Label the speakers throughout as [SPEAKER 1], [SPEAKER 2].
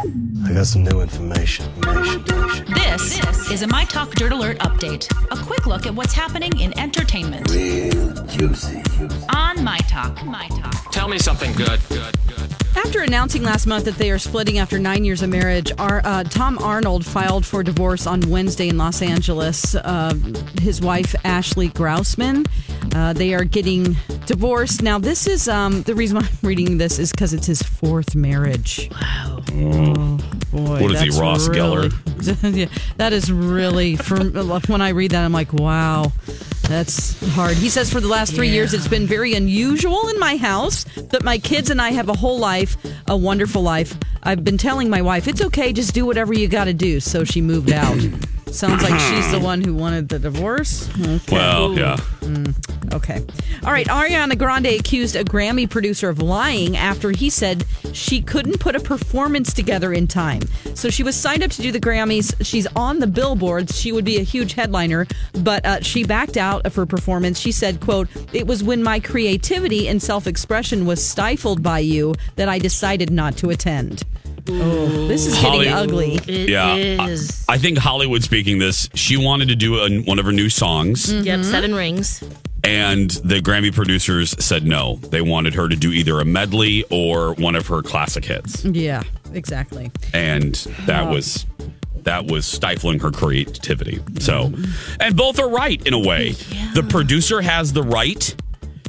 [SPEAKER 1] I got some new information. information, information.
[SPEAKER 2] This, is a My Talk Dirt Alert update. A quick look at what's happening in entertainment
[SPEAKER 1] Real juicy.
[SPEAKER 2] on My Talk. My Talk.
[SPEAKER 3] Tell me something good. Good, good.
[SPEAKER 4] After announcing last month that they are splitting after nine years of marriage, our, uh, Tom Arnold filed for divorce on Wednesday in Los Angeles. Uh, his wife, Ashley Grousman, uh, they are getting divorced. Now, this is um, the reason why I'm reading this is because it's his fourth marriage. Wow. boy.
[SPEAKER 5] What is he,
[SPEAKER 4] that's
[SPEAKER 5] Ross
[SPEAKER 4] really- yeah, that is really, for, when I read that, I'm like, wow. That's hard. He says for the last three years, it's been very unusual in my house that my kids and I have a whole life, a wonderful life. I've been telling my wife, it's okay, just do whatever you got to do. So she moved out. Sounds like she's the one who wanted the divorce. Okay.
[SPEAKER 5] Well, yeah.
[SPEAKER 4] Okay. All right. Ariana Grande accused a Grammy producer of lying after he said she couldn't put a performance together in time. So she was signed up to do the Grammys. She's on the billboards. She would be a huge headliner, but uh, she backed out of her performance. She said, quote, it was when my creativity and self-expression was stifled by you that I decided not to attend. Oh, this is getting
[SPEAKER 5] Holly-
[SPEAKER 4] ugly.
[SPEAKER 6] It
[SPEAKER 5] yeah.
[SPEAKER 6] is.
[SPEAKER 5] I think Hollywood speaking this, she wanted to do a, one of her new songs,
[SPEAKER 6] Yep, seven rings.
[SPEAKER 5] and the Grammy producers said no. They wanted her to do either a medley or one of her classic hits.
[SPEAKER 4] Yeah, exactly.
[SPEAKER 5] and that was that was stifling her creativity. So, and both are right in a way. The producer has the right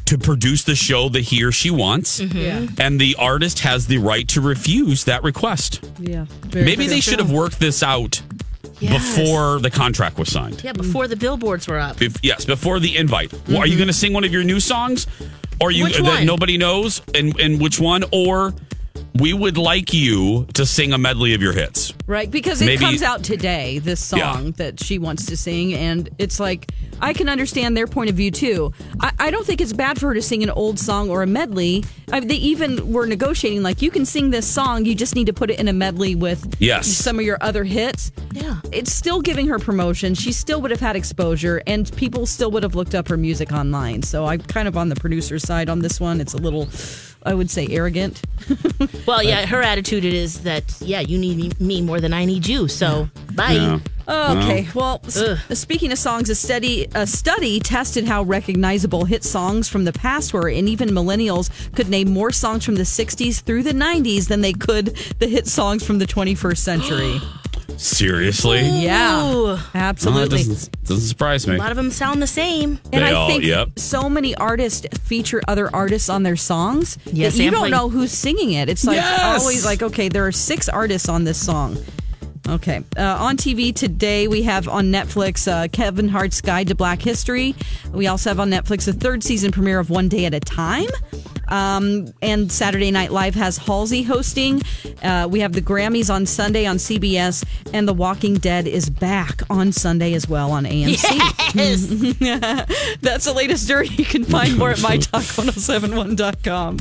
[SPEAKER 5] to produce the show that he or she wants,
[SPEAKER 6] Mm-hmm.
[SPEAKER 4] Yeah.
[SPEAKER 5] and the artist has the right to refuse that request.
[SPEAKER 4] Yeah.
[SPEAKER 5] Maybe they should have worked this out
[SPEAKER 6] Yes.
[SPEAKER 5] before the contract was signed.
[SPEAKER 6] Yeah, before the billboards were up.
[SPEAKER 5] Bef- yes, before the invite. Well, are you going to sing one of your new songs? Or you
[SPEAKER 6] Mm-hmm. Which
[SPEAKER 5] that
[SPEAKER 6] one?
[SPEAKER 5] nobody knows and and which one or we would like you to sing a medley of your hits.
[SPEAKER 4] Right, because it
[SPEAKER 5] Maybe-
[SPEAKER 4] comes out today, this song
[SPEAKER 5] Yeah.
[SPEAKER 4] that she wants to sing, and it's like I can understand their point of view too. I, I don't think it's bad for her to sing an old song or a medley. I, they even were negotiating like you can sing this song, you just need to put it in a medley with
[SPEAKER 5] Yes.
[SPEAKER 4] some of your other hits.
[SPEAKER 6] Yeah.
[SPEAKER 4] It's still giving her promotion. She still would have had exposure, and people still would have looked up her music online. So I'm kind of on the producer's side on this one. It's a little, I would say, arrogant.
[SPEAKER 6] Well, yeah, her attitude it is that, yeah, you need me- me more than I need you. So, bye.
[SPEAKER 4] Okay. Well, s- uh,
[SPEAKER 6] Ugh.
[SPEAKER 4] speaking of songs, a study a study tested how recognizable hit songs from the past were, and even millennials could name more songs from the '60s through the '90s than they could the hit songs from the 21st century.
[SPEAKER 5] Seriously?
[SPEAKER 6] Ooh.
[SPEAKER 4] yeah,
[SPEAKER 5] No, that
[SPEAKER 4] absolutely.
[SPEAKER 5] doesn't, doesn't surprise me.
[SPEAKER 6] A lot of them sound the same.
[SPEAKER 4] and
[SPEAKER 5] They
[SPEAKER 4] I
[SPEAKER 5] all-
[SPEAKER 4] think
[SPEAKER 5] yep.
[SPEAKER 4] so many artists feature other artists on their songs.
[SPEAKER 6] Yeah,
[SPEAKER 4] that you don't
[SPEAKER 6] sampling.
[SPEAKER 4] know who's singing it. It's like
[SPEAKER 5] Yes!
[SPEAKER 4] always like, okay, there are six artists on this song. Okay. Uh, on TV today, we have on Netflix uh, Kevin Hart's Guide to Black History. We also have on Netflix the third season premiere of One Day at a Time. Um, and Saturday Night Live has Halsey hosting. Uh, we have the Grammys on Sunday on CBS, and The Walking Dead is back on Sunday as well on AMC.
[SPEAKER 6] Mm-hmm.
[SPEAKER 4] That's the latest dirt. You can find more at mytalk1071.com.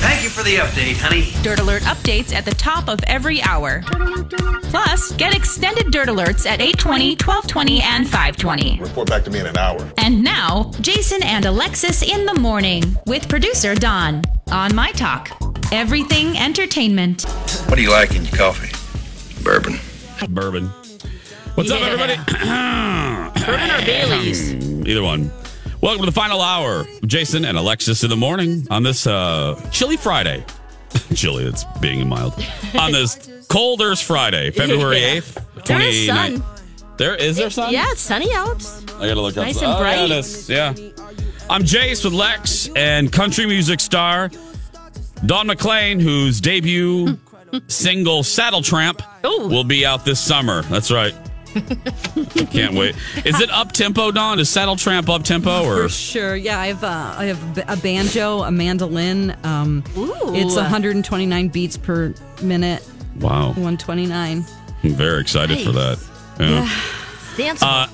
[SPEAKER 7] Thank you for the update, honey.
[SPEAKER 2] Dirt Alert updates at the top of every hour. Plus, get extended Dirt Alerts at 820, 1220, and 520.
[SPEAKER 8] Report back to me in an hour.
[SPEAKER 2] And now, Jason and Alexis in the morning with producer Don on My Talk. Everything entertainment.
[SPEAKER 7] What do you like in your coffee? Bourbon.
[SPEAKER 5] Bourbon. What's up,
[SPEAKER 6] Yeah.
[SPEAKER 5] everybody?
[SPEAKER 6] Bourbon or Bailey's?
[SPEAKER 5] Hmm, Either one. Welcome to the final hour. Jason and Alexis in the morning on this uh, chilly Friday. chilly. That's being mild. On this cold Earth Friday, February
[SPEAKER 6] Yeah.
[SPEAKER 5] eighth,
[SPEAKER 6] There is
[SPEAKER 5] twenty
[SPEAKER 6] sun.
[SPEAKER 5] nine. There is there sun.
[SPEAKER 6] Yeah, it's sunny out.
[SPEAKER 5] I gotta look up.
[SPEAKER 6] Nice and
[SPEAKER 5] oh, yeah,
[SPEAKER 6] bright.
[SPEAKER 5] it is. Yeah, I'm Jace with Lex and country music star Don McLean, whose debut single "Saddle Tramp"
[SPEAKER 6] Ooh.
[SPEAKER 5] will be out this summer. That's right. I can't wait. Is it up tempo, Don? Is Saddle Tramp up tempo or?
[SPEAKER 4] For sure. Yeah, I have uh, I have b- a banjo, a mandolin. Um,
[SPEAKER 6] Ooh.
[SPEAKER 4] It's 129 beats per minute.
[SPEAKER 5] Wow,
[SPEAKER 4] 129.
[SPEAKER 5] I'm very excited for that. Yeah.
[SPEAKER 6] Dance.
[SPEAKER 5] Uh,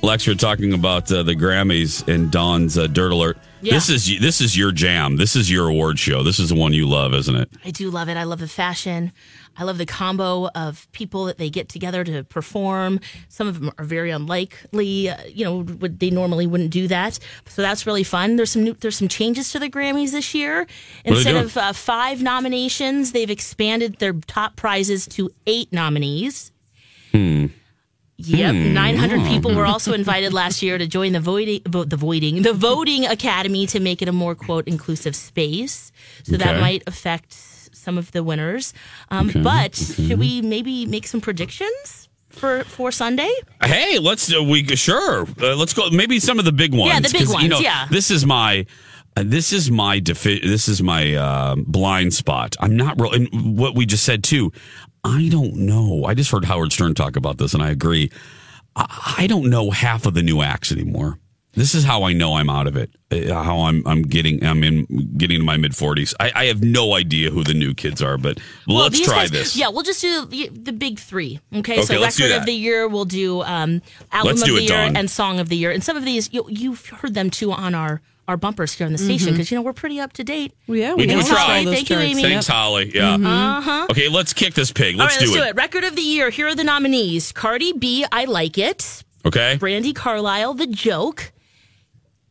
[SPEAKER 5] Lex, we're talking about uh, the Grammys and Don's uh, Dirt Alert.
[SPEAKER 6] Yeah.
[SPEAKER 5] This is this is your jam. This is your award show. This is the one you love, isn't it?
[SPEAKER 6] I do love it. I love the fashion. I love the combo of people that they get together to perform. Some of them are very unlikely, uh, you know, would, they normally wouldn't do that. So that's really fun. There's some new, there's some changes to the Grammys this
[SPEAKER 5] What
[SPEAKER 6] year.
[SPEAKER 5] are they
[SPEAKER 6] Instead
[SPEAKER 5] doing?
[SPEAKER 6] of uh, five nominations, they've expanded their top prizes to eight nominees. Yep,
[SPEAKER 5] Hmm,
[SPEAKER 6] 900 people were also invited last year to join the voiding, vo- the voiding, the voting academy to make it a more quote inclusive space. So
[SPEAKER 5] Okay.
[SPEAKER 6] that might affect some of the winners. Um, But should we maybe make some predictions for for Sunday?
[SPEAKER 5] Hey, let's uh, we sure. Uh, let's go. Maybe some of the big ones.
[SPEAKER 6] Yeah, the big
[SPEAKER 5] 'cause, You
[SPEAKER 6] ones,
[SPEAKER 5] know,
[SPEAKER 6] yeah.
[SPEAKER 5] This is my. uh, This is my defi- this is my uh, blind spot. I'm not real. And what we just said too, I don't know. I just heard Howard Stern talk about this, and I agree. I, I don't know half of the new acts anymore. This is how I know I'm out of it. uh, How I'm I'm getting I'm in getting to my mid 40s. I, I have no idea who the new kids are, but let's
[SPEAKER 6] these
[SPEAKER 5] try
[SPEAKER 6] guys-
[SPEAKER 5] this.
[SPEAKER 6] Yeah, we'll just do the, the big three. Okay,
[SPEAKER 5] Okay,
[SPEAKER 6] so
[SPEAKER 5] let's do
[SPEAKER 6] record
[SPEAKER 5] that.
[SPEAKER 6] of the year, we'll do um, album
[SPEAKER 5] Let's
[SPEAKER 6] of
[SPEAKER 5] do
[SPEAKER 6] the
[SPEAKER 5] it,
[SPEAKER 6] year
[SPEAKER 5] Dawn.
[SPEAKER 6] and song of the year. And some of these you, you've heard them too on our our bumpers here on the station because you know we're pretty up to date.
[SPEAKER 4] Yeah,
[SPEAKER 5] we do
[SPEAKER 6] know
[SPEAKER 4] have
[SPEAKER 5] try.
[SPEAKER 4] all those
[SPEAKER 6] Thank you,
[SPEAKER 4] charts.
[SPEAKER 6] Amy. Mm-hmm.
[SPEAKER 5] Thanks, Holly. Yeah. Okay, let's kick this pig. Let's,
[SPEAKER 6] Uh-huh. All right, let's
[SPEAKER 5] do,
[SPEAKER 6] do it. Record of the year. Here are the nominees: Cardi B, "I Like It,"
[SPEAKER 5] Okay.
[SPEAKER 6] Brandy Carlisle, "The Joke,"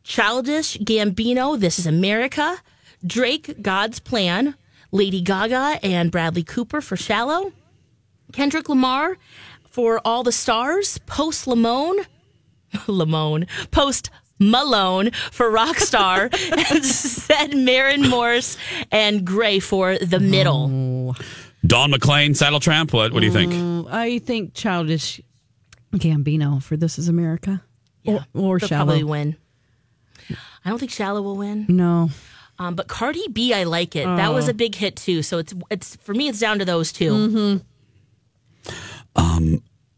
[SPEAKER 6] Childish Gambino, "This Is America," Drake, "God's Plan," Lady Gaga and Bradley Cooper for "Shallow," Kendrick Lamar for "All the Stars," Post Lamone, Lamone, Post. Malone for Rockstar, and said Marin Morse and Gray for The Middle.
[SPEAKER 5] Don McLean, Saddle Tramp. What? What do you think?
[SPEAKER 4] I think childish Gambino for This Is America. Or, or
[SPEAKER 6] They'll
[SPEAKER 4] shallow.
[SPEAKER 6] probably win. I don't think Shallow will win,
[SPEAKER 4] No.
[SPEAKER 6] um, but Cardi B, I like it. That
[SPEAKER 4] Oh.
[SPEAKER 6] was a big hit too. So it's it's for me, it's down to those 2
[SPEAKER 4] Mm-hmm.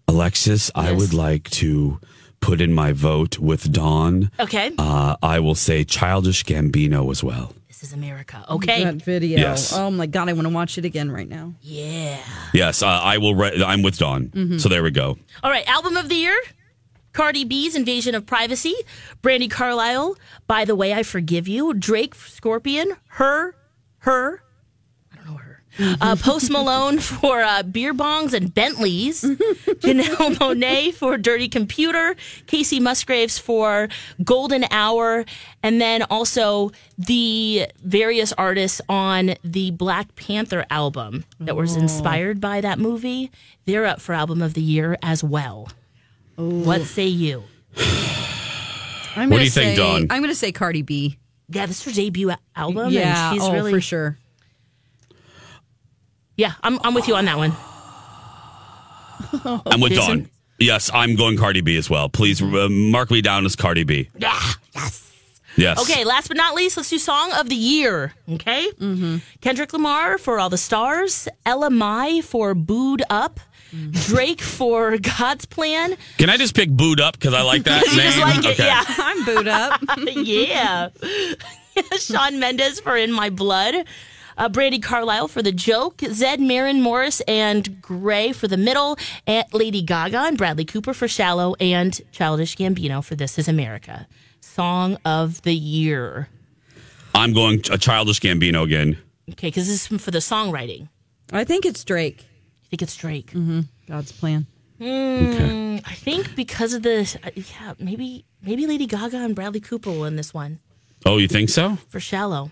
[SPEAKER 5] Alexis, I would like to put in my vote with Don.
[SPEAKER 6] Okay,
[SPEAKER 5] Uh, I will say Childish Gambino as well.
[SPEAKER 6] this is America. Okay,
[SPEAKER 4] That video.
[SPEAKER 5] Yes.
[SPEAKER 4] Oh my God, I want to watch it again right now.
[SPEAKER 6] yeah.
[SPEAKER 5] Yes, uh, I will. Re- I'm with Don.
[SPEAKER 6] Mm-hmm.
[SPEAKER 5] So there we go.
[SPEAKER 6] All right, album of the year: Cardi B's "Invasion of Privacy," Brandy Carlisle, "By the Way I Forgive You," Drake, "Scorpion," her, her. I don't know her. Uh, Post Malone for uh, beer bongs and Bentleys, Janelle Monet for Dirty Computer, Casey Musgraves for Golden Hour, and then also the various artists on the Black Panther album that was
[SPEAKER 4] Oh.
[SPEAKER 6] inspired by that movie. They're up for Album of the Year as well. What say you?
[SPEAKER 4] I'm gonna
[SPEAKER 5] What do you think,
[SPEAKER 4] say-
[SPEAKER 5] Dawn?
[SPEAKER 4] I'm going to say Cardi B.
[SPEAKER 6] Yeah, this is her debut album,
[SPEAKER 4] yeah,
[SPEAKER 6] and she's
[SPEAKER 4] oh,
[SPEAKER 6] really
[SPEAKER 4] for sure.
[SPEAKER 6] yeah. I'm I'm with you on that one.
[SPEAKER 5] I'm with
[SPEAKER 6] Oh, Jason? Mm-hmm.
[SPEAKER 5] Don. Yes, I'm going Cardi B as well. Please uh, mark me down as Cardi B.
[SPEAKER 6] Yeah, yes.
[SPEAKER 5] Yes.
[SPEAKER 6] Okay, last but not least, let's do Song of the Year. Okay? Kendrick Lamar for All the Stars, Ella Mai for Booed Up, Drake for God's Plan.
[SPEAKER 5] Can I just pick Boot Up because I like that name?
[SPEAKER 6] Just like it,
[SPEAKER 5] Okay.
[SPEAKER 6] yeah.
[SPEAKER 4] I'm boot up.
[SPEAKER 6] yeah. Sean Mendes for In My Blood, uh, Brady Carlisle for The Joke, Zed Marin Morris and Gray for The Middle, and Lady Gaga and Bradley Cooper for Shallow, and Childish Gambino for This Is America. Song of the Year.
[SPEAKER 5] I'm going a Childish Gambino again.
[SPEAKER 6] Okay, because this is for the songwriting.
[SPEAKER 4] I think it's Drake.
[SPEAKER 6] I think it's Drake.
[SPEAKER 4] God's plan.
[SPEAKER 6] Mm, I think because of the uh, yeah, maybe maybe Lady Gaga and Bradley Cooper will win this one
[SPEAKER 5] Oh, you think so?
[SPEAKER 6] for Shallow.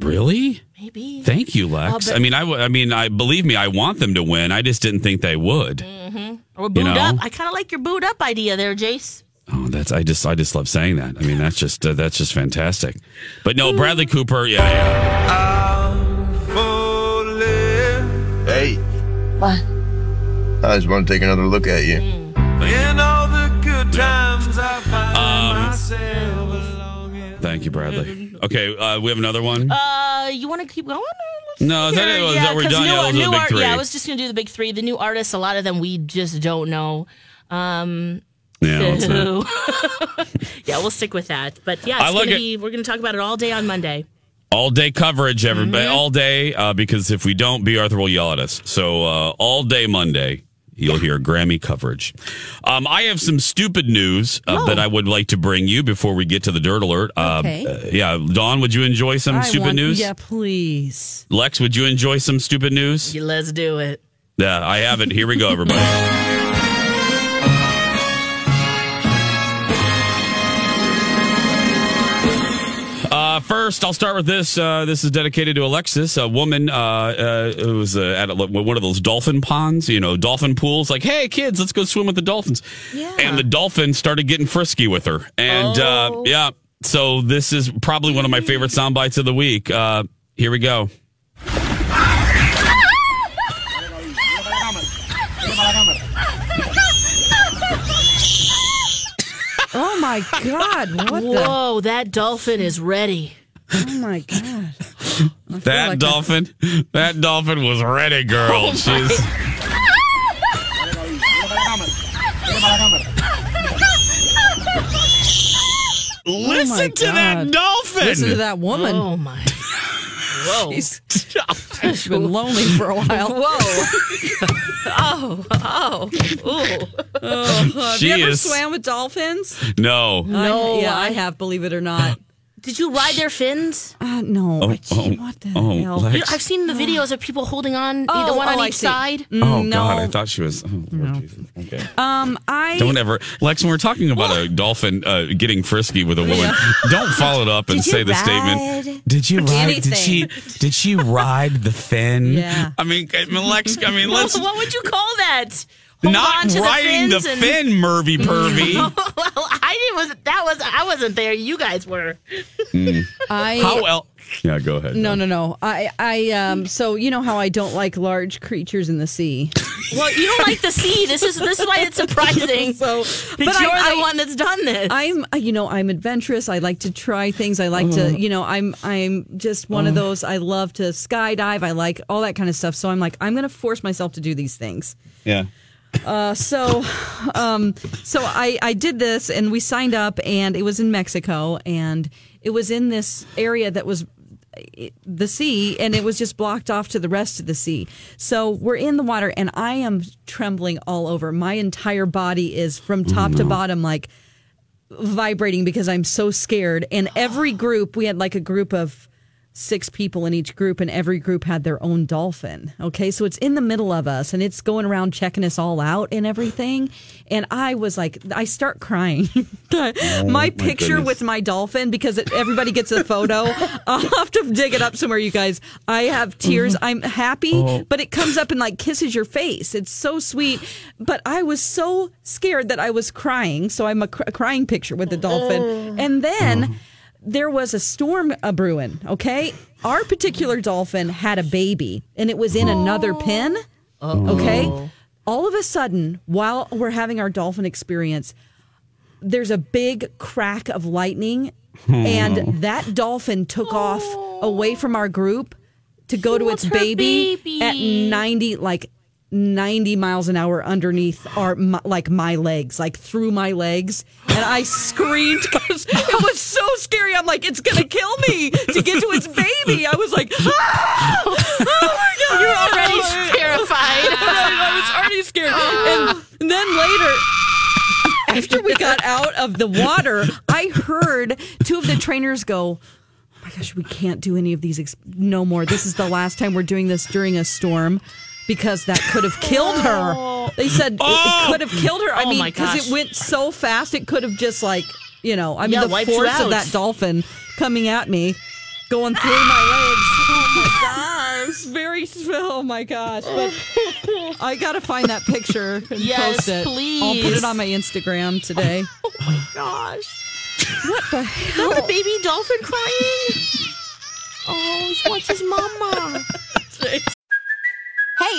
[SPEAKER 5] Really?
[SPEAKER 6] Maybe.
[SPEAKER 5] Thank you, Lex.
[SPEAKER 6] Oh, but-
[SPEAKER 5] I mean, I, w- I mean, I believe me. I want them to win. I just didn't think they would.
[SPEAKER 4] Mm.
[SPEAKER 6] or boot
[SPEAKER 5] know.
[SPEAKER 6] up. I kind of like your boot up idea there, Jace.
[SPEAKER 5] Oh, that's I just I just love saying that. I mean, that's just uh, that's just fantastic. But no, Bradley Cooper. Yeah, yeah.
[SPEAKER 7] I just want to take another look at you.
[SPEAKER 1] In all the good times I find myself
[SPEAKER 5] Thank you, Bradley. Okay, uh, we have another one.
[SPEAKER 6] Uh, you want to keep going?
[SPEAKER 5] No, is that it? Was that we're
[SPEAKER 6] 'cause
[SPEAKER 5] done? Yeah, those are the big
[SPEAKER 6] art-
[SPEAKER 5] three.
[SPEAKER 6] yeah, I was just gonna do the big three. The new artists, a lot of them we just don't know. Um,
[SPEAKER 5] yeah, let's not-
[SPEAKER 6] who- yeah, we'll stick with that. But yeah,
[SPEAKER 5] I
[SPEAKER 6] it's
[SPEAKER 5] like
[SPEAKER 6] gonna
[SPEAKER 5] it.
[SPEAKER 6] be, we're gonna talk about it all day on Monday.
[SPEAKER 5] all day coverage, everybody,
[SPEAKER 4] Mm-hmm.
[SPEAKER 5] all day. Uh, because if we don't, B. Arthur will yell at us. So uh, all day Monday, you'll hear Grammy coverage. Um, I have some stupid news uh, that I would like to bring you before we get to the dirt alert. Uh,
[SPEAKER 4] Oh. Okay.
[SPEAKER 5] uh, yeah, Dawn, would you enjoy some
[SPEAKER 4] I
[SPEAKER 5] stupid
[SPEAKER 4] want-
[SPEAKER 5] news?
[SPEAKER 4] Yeah, please.
[SPEAKER 5] Lex, would you enjoy some stupid news?
[SPEAKER 6] Yeah, let's do it.
[SPEAKER 5] Yeah, I have it. Here we go, everybody. Uh, first, I'll start with this. Uh, this is dedicated to Alexis, a woman uh, uh, who was uh, at a, one of those dolphin ponds, you know, dolphin pools. Like, hey, kids, let's go swim with the dolphins. Yeah. And the dolphin started getting frisky with her. And uh, yeah, so this is probably one of my favorite sound bites of the week. Uh, here we go.
[SPEAKER 4] Oh my God. What the?
[SPEAKER 6] Whoa, that dolphin is ready.
[SPEAKER 4] Oh my God.
[SPEAKER 5] That
[SPEAKER 4] like
[SPEAKER 5] dolphin, that dolphin was
[SPEAKER 4] Oh
[SPEAKER 5] ready, girl. She's
[SPEAKER 4] Oh
[SPEAKER 5] listen
[SPEAKER 4] my
[SPEAKER 5] to that
[SPEAKER 4] God.
[SPEAKER 5] dolphin.
[SPEAKER 4] Listen to that woman.
[SPEAKER 6] Oh my. Whoa.
[SPEAKER 4] She's been lonely for a while.
[SPEAKER 6] Whoa. oh, oh, ooh.
[SPEAKER 4] Have
[SPEAKER 5] She
[SPEAKER 4] you ever
[SPEAKER 5] is-
[SPEAKER 4] swam Oh, with dolphins?
[SPEAKER 5] No,
[SPEAKER 4] No, yeah, I have. Believe it or not.
[SPEAKER 6] Did you ride their fins?
[SPEAKER 4] Uh, no, I can't.
[SPEAKER 5] oh,
[SPEAKER 4] what the
[SPEAKER 5] oh,
[SPEAKER 4] hell?
[SPEAKER 5] Lex.
[SPEAKER 6] You know, I've seen the videos of people holding on,
[SPEAKER 4] Oh,
[SPEAKER 6] the one on
[SPEAKER 4] oh, I
[SPEAKER 6] each
[SPEAKER 4] see.
[SPEAKER 6] side.
[SPEAKER 5] oh
[SPEAKER 4] no.
[SPEAKER 5] God, I thought she was. Oh, Lord Jesus. Okay.
[SPEAKER 4] Um, I
[SPEAKER 5] Don't ever, Lex. When we're talking about a dolphin uh, getting frisky with a woman, don't follow it up and say the statement. Did you ride? Did she? Did she ride the fin?
[SPEAKER 4] Yeah.
[SPEAKER 5] I mean, I mean, Lex. I mean, let's
[SPEAKER 6] what would you call that? Hold
[SPEAKER 5] not
[SPEAKER 6] on to
[SPEAKER 5] riding the,
[SPEAKER 6] fins and-
[SPEAKER 5] fin, Mervy Pervy.
[SPEAKER 6] well, I didn't. Was that was I wasn't there. You guys were.
[SPEAKER 4] I
[SPEAKER 5] How else? Yeah, go ahead.
[SPEAKER 4] no no no I I um so you know how I don't like large creatures in the sea.
[SPEAKER 6] Well, you don't like the sea. This is this is why it's surprising.
[SPEAKER 4] So,
[SPEAKER 6] that
[SPEAKER 4] but I-
[SPEAKER 6] you're
[SPEAKER 4] I-
[SPEAKER 6] the one that's done this.
[SPEAKER 4] I'm uh, you know I'm adventurous. I like to try things. I like to you know I'm I'm just one of those. I love to skydive. I like all that kind of stuff. So I'm like I'm gonna force myself to do these things.
[SPEAKER 5] Yeah.
[SPEAKER 4] so um so i i did this and we signed up and it was in mexico and it was in this area that was it- the sea and it was just blocked off to the rest of the sea so we're in the water and i am trembling all over my entire body is from top to bottom like vibrating because i'm so scared and every group we had like a group of six people in each group, and every group had their own dolphin. Okay, so it's in the middle of us, and it's going around checking us all out and everything. And I was like, I start crying. my picture
[SPEAKER 5] goodness.
[SPEAKER 4] with my dolphin because it, everybody gets a photo. I'll have to dig it up somewhere, you guys. I have tears. I'm happy, but it comes up and like kisses your face. It's so sweet. But I was so scared that I was crying, so I'm a cr- crying picture with the dolphin. And then there was a storm a brewing, okay? Our particular dolphin had a baby and it was in another pen,
[SPEAKER 6] Oh.
[SPEAKER 4] okay? All of a sudden, while we're having our dolphin experience, there's a big crack of lightning
[SPEAKER 6] Hmm.
[SPEAKER 4] and that dolphin took off away from our group to go to its
[SPEAKER 6] wants Oh. her
[SPEAKER 4] baby,
[SPEAKER 6] baby.
[SPEAKER 4] at 90 like 90 miles an hour underneath our my, like my legs like through my legs and i screamed because it was so scary i'm like it's gonna kill me to get to its baby i was like "Ah! oh my god you're
[SPEAKER 6] already terrified.
[SPEAKER 4] I was already scared. And then later, after we got out of the water, I heard two of the trainers go, oh my gosh, we can't do any of these ex- no more. This is the last time we're doing this during a storm because that could have killed her. They said it-
[SPEAKER 5] Oh.
[SPEAKER 4] it could have killed her. I
[SPEAKER 6] Oh
[SPEAKER 4] mean,
[SPEAKER 6] my
[SPEAKER 4] because
[SPEAKER 6] gosh.
[SPEAKER 4] it went so fast, it could have just like, you know, I mean,
[SPEAKER 6] Yeah,
[SPEAKER 4] the
[SPEAKER 6] wiped you
[SPEAKER 4] force of
[SPEAKER 6] out.
[SPEAKER 4] that dolphin coming at me. Going through my legs. Oh my gosh. Very, oh my gosh. But I gotta find that picture and
[SPEAKER 6] Yes,
[SPEAKER 4] post it. I'll put
[SPEAKER 6] please.
[SPEAKER 4] it on my Instagram today.
[SPEAKER 6] Gosh. What the hell? Not a baby dolphin crying. Oh, he wants his mama.
[SPEAKER 8] Hey,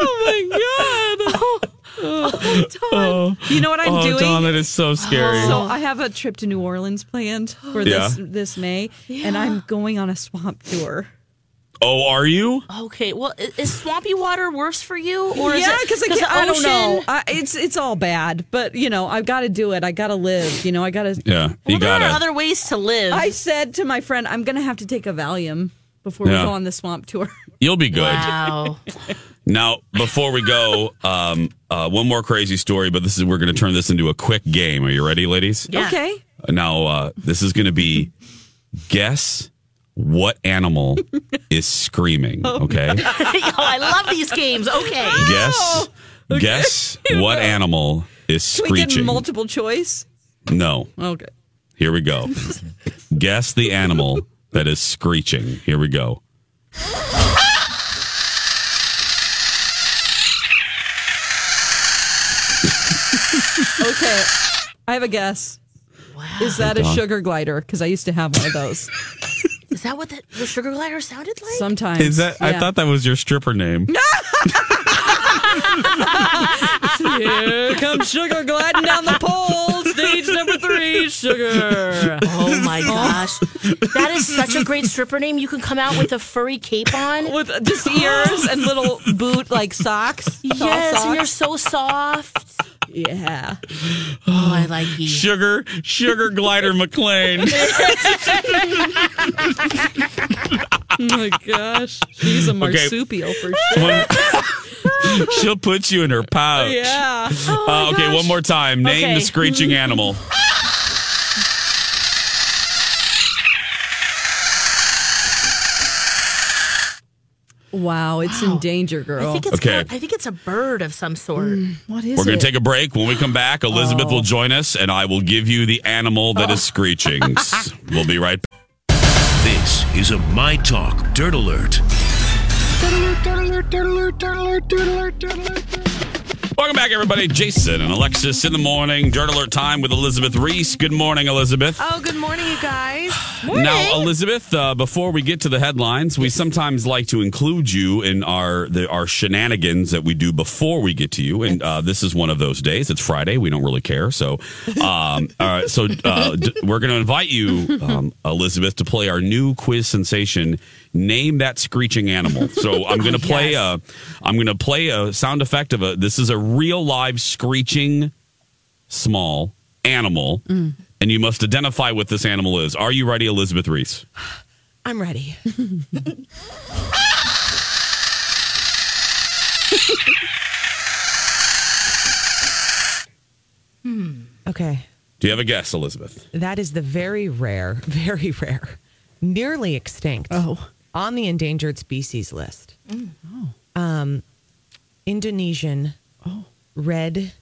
[SPEAKER 4] oh my god. Oh, Don. you know what I'm
[SPEAKER 5] oh,
[SPEAKER 4] doing?
[SPEAKER 5] Don, that is so scary.
[SPEAKER 4] So
[SPEAKER 6] Oh.
[SPEAKER 4] I have a trip to New Orleans planned for this
[SPEAKER 5] Yeah.
[SPEAKER 4] this May, and I'm going on a swamp tour.
[SPEAKER 5] oh, are you?
[SPEAKER 6] Okay, well, i- is swampy water worse for you, or is
[SPEAKER 4] yeah,
[SPEAKER 6] it-
[SPEAKER 4] because like the
[SPEAKER 6] I
[SPEAKER 4] ocean,
[SPEAKER 6] don't know.
[SPEAKER 4] I, it's it's all bad. But you know, I've got to do it. I got to live. You know, I got to.
[SPEAKER 5] Yeah,
[SPEAKER 6] Well,
[SPEAKER 5] you
[SPEAKER 6] there
[SPEAKER 5] gotta.
[SPEAKER 6] are other ways to live.
[SPEAKER 4] I said to my friend, I'm gonna have to take a Valium before
[SPEAKER 5] Yeah.
[SPEAKER 4] we go on the swamp tour.
[SPEAKER 5] you'll be good.
[SPEAKER 6] wow.
[SPEAKER 5] Now, before we go, um, uh, one more crazy story, but this is we're going to turn this into a quick game. Are you ready, ladies?
[SPEAKER 6] Yeah.
[SPEAKER 4] Okay.
[SPEAKER 5] Now, uh, this is going to be guess what animal is screaming. Okay.
[SPEAKER 6] oh, I love these games. Okay.
[SPEAKER 5] Guess. Guess what animal is
[SPEAKER 4] Can we get
[SPEAKER 5] screeching.
[SPEAKER 4] multiple choice?
[SPEAKER 5] no.
[SPEAKER 4] Okay.
[SPEAKER 5] Here we go. Guess the animal that is screeching. Here we go.
[SPEAKER 4] Okay. I have a guess. Is that a sugar glider? Because I used to have one of those.
[SPEAKER 6] Is that what the, the sugar glider sounded like?
[SPEAKER 4] Sometimes
[SPEAKER 5] Is that? I
[SPEAKER 4] Yeah.
[SPEAKER 5] thought that was your stripper name.
[SPEAKER 4] Here comes sugar gliding down the pole. Stage number three, sugar.
[SPEAKER 6] Oh my gosh. That is such a great stripper name. You can come out with a furry cape on.
[SPEAKER 4] With just ears and little boot like socks. tall
[SPEAKER 6] Yes, and you're
[SPEAKER 4] socks.
[SPEAKER 6] so soft.
[SPEAKER 4] yeah.
[SPEAKER 6] Oh, I like you.
[SPEAKER 5] Sugar, sugar glider McLean.
[SPEAKER 4] Oh my gosh. She's a marsupial for sure.
[SPEAKER 5] One- She'll put you in her pouch.
[SPEAKER 4] Yeah.
[SPEAKER 6] Oh
[SPEAKER 4] Mm-hmm.
[SPEAKER 5] Uh, okay, one more time. Name
[SPEAKER 6] Okay.
[SPEAKER 5] the screeching animal.
[SPEAKER 4] Wow, it's in danger, girl.
[SPEAKER 6] I think it's
[SPEAKER 5] Okay.
[SPEAKER 6] got- I think it's a bird of some sort.
[SPEAKER 4] what is
[SPEAKER 5] We're going
[SPEAKER 4] it?
[SPEAKER 5] to take a break. When we come back, Elizabeth will join us, and I will give you the animal that is screeching. we'll be right back.
[SPEAKER 9] This is a My Talk Dirt Alert.
[SPEAKER 5] Welcome back, everybody. Jason and Alexis in the morning. Dirt Alert time with Elizabeth Reese. Good morning, Elizabeth.
[SPEAKER 10] Oh, good morning, you guys.
[SPEAKER 5] Now, Elizabeth, uh, before we get to the headlines, we sometimes like to include you in our the, our shenanigans that we do before we get to you, and uh, this is one of those days. It's Friday; we don't really care, so um, uh, so uh, d- we're going to invite you, um, Elizabeth, to play our new quiz sensation. Name that screeching animal. So I'm going to play a I'm going to play a sound effect of a. This is a real live screeching small animal, and you must identify what this animal is. Are you ready, Elizabeth Reese?
[SPEAKER 10] I'm ready.
[SPEAKER 9] Okay,
[SPEAKER 5] Do you have a guess, Elizabeth?
[SPEAKER 9] that is the very rare, very rare, nearly extinct
[SPEAKER 4] Oh.
[SPEAKER 9] on the endangered species list. Oh. Um, Indonesian red,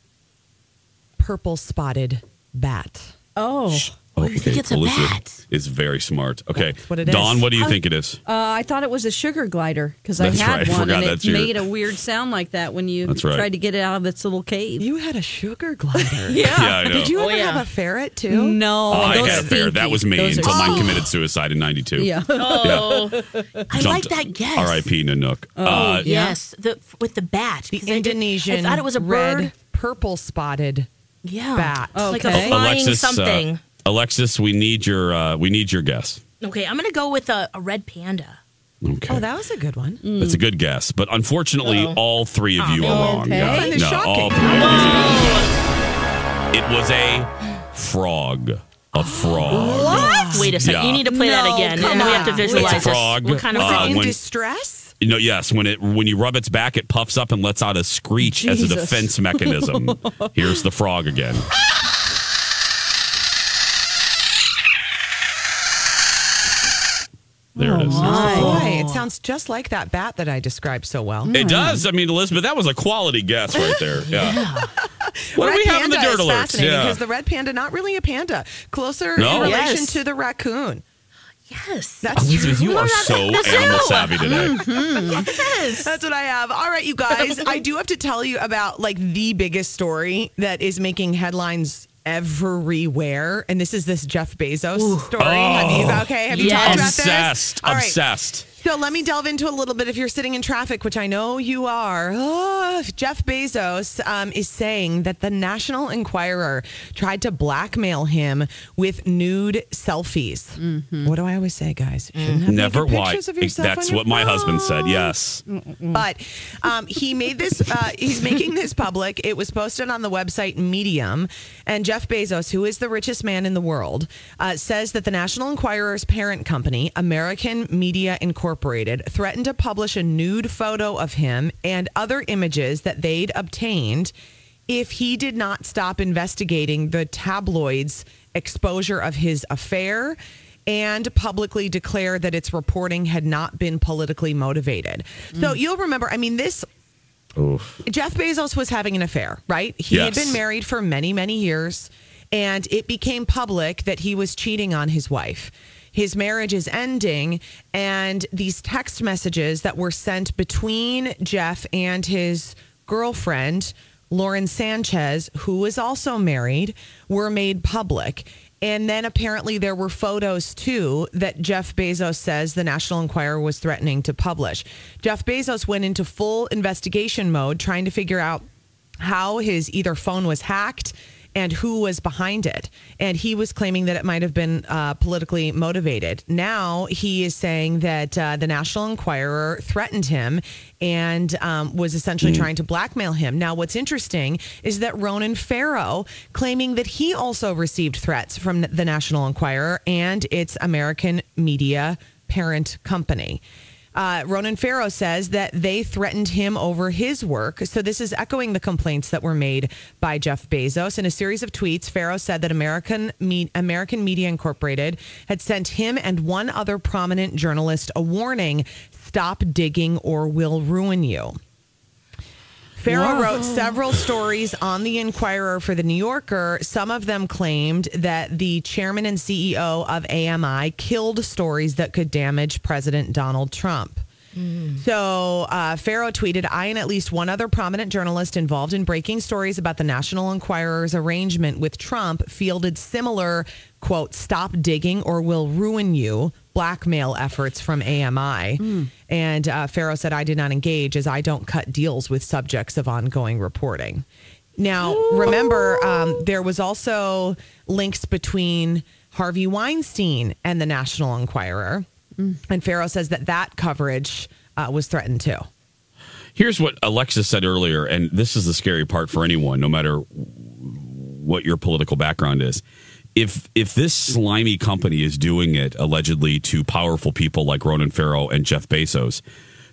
[SPEAKER 9] purple spotted bat.
[SPEAKER 4] Oh.
[SPEAKER 5] Oh,
[SPEAKER 6] you think it's a bat?
[SPEAKER 5] is very smart. Okay,
[SPEAKER 9] That's what it
[SPEAKER 5] Dawn,
[SPEAKER 9] is.
[SPEAKER 5] what do you think it is?
[SPEAKER 4] Uh, I thought it was a sugar glider because I
[SPEAKER 5] That's
[SPEAKER 4] had
[SPEAKER 5] right. I
[SPEAKER 4] one
[SPEAKER 5] forgot
[SPEAKER 4] and it
[SPEAKER 5] that's your-
[SPEAKER 4] made a weird sound like that when you
[SPEAKER 5] That's right.
[SPEAKER 4] tried to get it out of its little cave.
[SPEAKER 9] You had a sugar Mm. glider.
[SPEAKER 5] Yeah, I know.
[SPEAKER 9] Did you
[SPEAKER 6] Oh,
[SPEAKER 9] ever
[SPEAKER 6] yeah.
[SPEAKER 9] have a ferret too?
[SPEAKER 4] No,
[SPEAKER 5] I
[SPEAKER 4] those
[SPEAKER 5] had a fair. That
[SPEAKER 4] stinky.
[SPEAKER 5] was me
[SPEAKER 4] Those are
[SPEAKER 5] until mine
[SPEAKER 4] stinky.
[SPEAKER 5] committed suicide in '92.
[SPEAKER 4] Yeah.
[SPEAKER 6] Oh, I like that guess.
[SPEAKER 5] R.I.P. Nanook. uh,
[SPEAKER 6] Oh, Yes, the with the bat.
[SPEAKER 9] The
[SPEAKER 6] 'cause I did-
[SPEAKER 9] Indonesian
[SPEAKER 6] I thought it was a
[SPEAKER 9] red,
[SPEAKER 6] bird.
[SPEAKER 9] purple spotted
[SPEAKER 6] Yeah,
[SPEAKER 9] bat.
[SPEAKER 6] like
[SPEAKER 4] Okay.
[SPEAKER 6] a flying
[SPEAKER 5] Alexis, uh,
[SPEAKER 6] something.
[SPEAKER 5] Alexis, we need your uh, we need your guess.
[SPEAKER 6] okay, I'm gonna go with a, a red panda.
[SPEAKER 5] Okay.
[SPEAKER 9] Oh, that was a good one.
[SPEAKER 5] That's a good guess, but unfortunately, all three of you are wrong.
[SPEAKER 9] okay. I find
[SPEAKER 5] Yeah.
[SPEAKER 9] this
[SPEAKER 5] No,
[SPEAKER 9] shocking.
[SPEAKER 5] all three of you. It was a frog. A frog.
[SPEAKER 6] What? Wait a second.
[SPEAKER 5] Yeah.
[SPEAKER 6] You need to play that
[SPEAKER 9] No,
[SPEAKER 6] again.
[SPEAKER 9] come
[SPEAKER 6] and we have to
[SPEAKER 9] on. It's a
[SPEAKER 6] visualize this.
[SPEAKER 5] frog.
[SPEAKER 6] What kind of
[SPEAKER 5] Uh,
[SPEAKER 6] frog?
[SPEAKER 5] when-
[SPEAKER 9] Distress?
[SPEAKER 5] You know, yes, when it when you rub its back, it puffs up and lets out a screech as a
[SPEAKER 9] Jesus.
[SPEAKER 5] defense mechanism. Here's the frog again. There
[SPEAKER 9] Oh,
[SPEAKER 5] it is. There's the frog.
[SPEAKER 9] Boy, it sounds just like that bat that I described so well.
[SPEAKER 5] It does. I mean, Elizabeth, that was a quality guess right there. Yeah. What
[SPEAKER 9] red
[SPEAKER 5] do we have in the
[SPEAKER 9] panda
[SPEAKER 5] dirt
[SPEAKER 9] is
[SPEAKER 5] alerts?
[SPEAKER 9] fascinating
[SPEAKER 5] Yeah.
[SPEAKER 9] because the red panda, not really a panda, closer
[SPEAKER 5] No.
[SPEAKER 9] in relation
[SPEAKER 5] Yes.
[SPEAKER 9] to the raccoon.
[SPEAKER 6] Yes,
[SPEAKER 9] that's
[SPEAKER 5] Elizabeth, you are so animal savvy today.
[SPEAKER 9] Mm-hmm. Yes. That's what I have. All right, you guys. I do have to tell you about like the biggest story that is making headlines everywhere. And this is this Jeff Bezos story. have you, okay. Have you talked about this?
[SPEAKER 5] Oh, Obsessed.
[SPEAKER 9] All right.
[SPEAKER 5] Obsessed.
[SPEAKER 9] So let me delve into a little bit if you're sitting in traffic, which I know you are. Oh, Jeff Bezos um, is saying that the National Enquirer tried to blackmail him with nude selfies. What do I always say, guys? You shouldn't have
[SPEAKER 5] Mm. Never
[SPEAKER 9] naked
[SPEAKER 5] why.
[SPEAKER 9] pictures of yourself on
[SPEAKER 5] That's
[SPEAKER 9] your
[SPEAKER 5] what my
[SPEAKER 9] phone.
[SPEAKER 5] husband said. Yes.
[SPEAKER 9] But um, he made this. Uh, he's making this public. It was posted on the website Medium, and Jeff Bezos, who is the richest man in the world, uh, says that the National Enquirer's parent company, American Media Incorporated, threatened to publish a nude photo of him and other images that they'd obtained if he did not stop investigating the tabloid's exposure of his affair and publicly declare that its reporting had not been politically motivated. So you'll remember, I mean, this Jeff Bezos was having an affair, right? He had
[SPEAKER 11] Yes.
[SPEAKER 9] been married for many, many years, and it became public that he was cheating on his wife. His marriage is ending, and these text messages that were sent between Jeff and his girlfriend, Lauren Sanchez, who was also married, were made public. And then apparently there were photos too that Jeff Bezos says the National Enquirer was threatening to publish. Jeff Bezos went into full investigation mode trying to figure out how his either phone was hacked and who was behind it. And he was claiming that it might have been uh, politically motivated. Now he is saying that uh, the National Enquirer threatened him and um, was essentially
[SPEAKER 5] Hmm.
[SPEAKER 9] trying to blackmail him. Now, what's interesting is that Ronan Farrow claiming that he also received threats from the National Enquirer and its American media parent company. Uh, Ronan Farrow says that they threatened him over his work. So, this is echoing the complaints that were made by Jeff Bezos. In a series of tweets, Farrow said that American, Me- American Media Incorporated had sent him and one other prominent journalist a warning stop digging or we'll ruin you. Farrow
[SPEAKER 12] Wow.
[SPEAKER 9] wrote several stories on the Inquirer for the New Yorker. Some of them claimed that the chairman and CEO of AMI killed stories that could damage President Donald Trump. So, uh, Farrow tweeted, I and at least one other prominent journalist involved in breaking stories about the National Enquirer's arrangement with Trump fielded similar, quote, stop digging or we'll ruin you blackmail efforts from AMI. And uh, Farrow said, I did not engage as I don't cut deals with subjects of ongoing reporting. Now, remember, um, there was also links between Harvey Weinstein and the National Enquirer. And Farrow says that that coverage uh, was threatened too.
[SPEAKER 5] Here's what Alexis said earlier, and this is the scary part for anyone, no matter what your political background is. If if this slimy company is doing it allegedly to powerful people like Ronan Farrow and Jeff Bezos,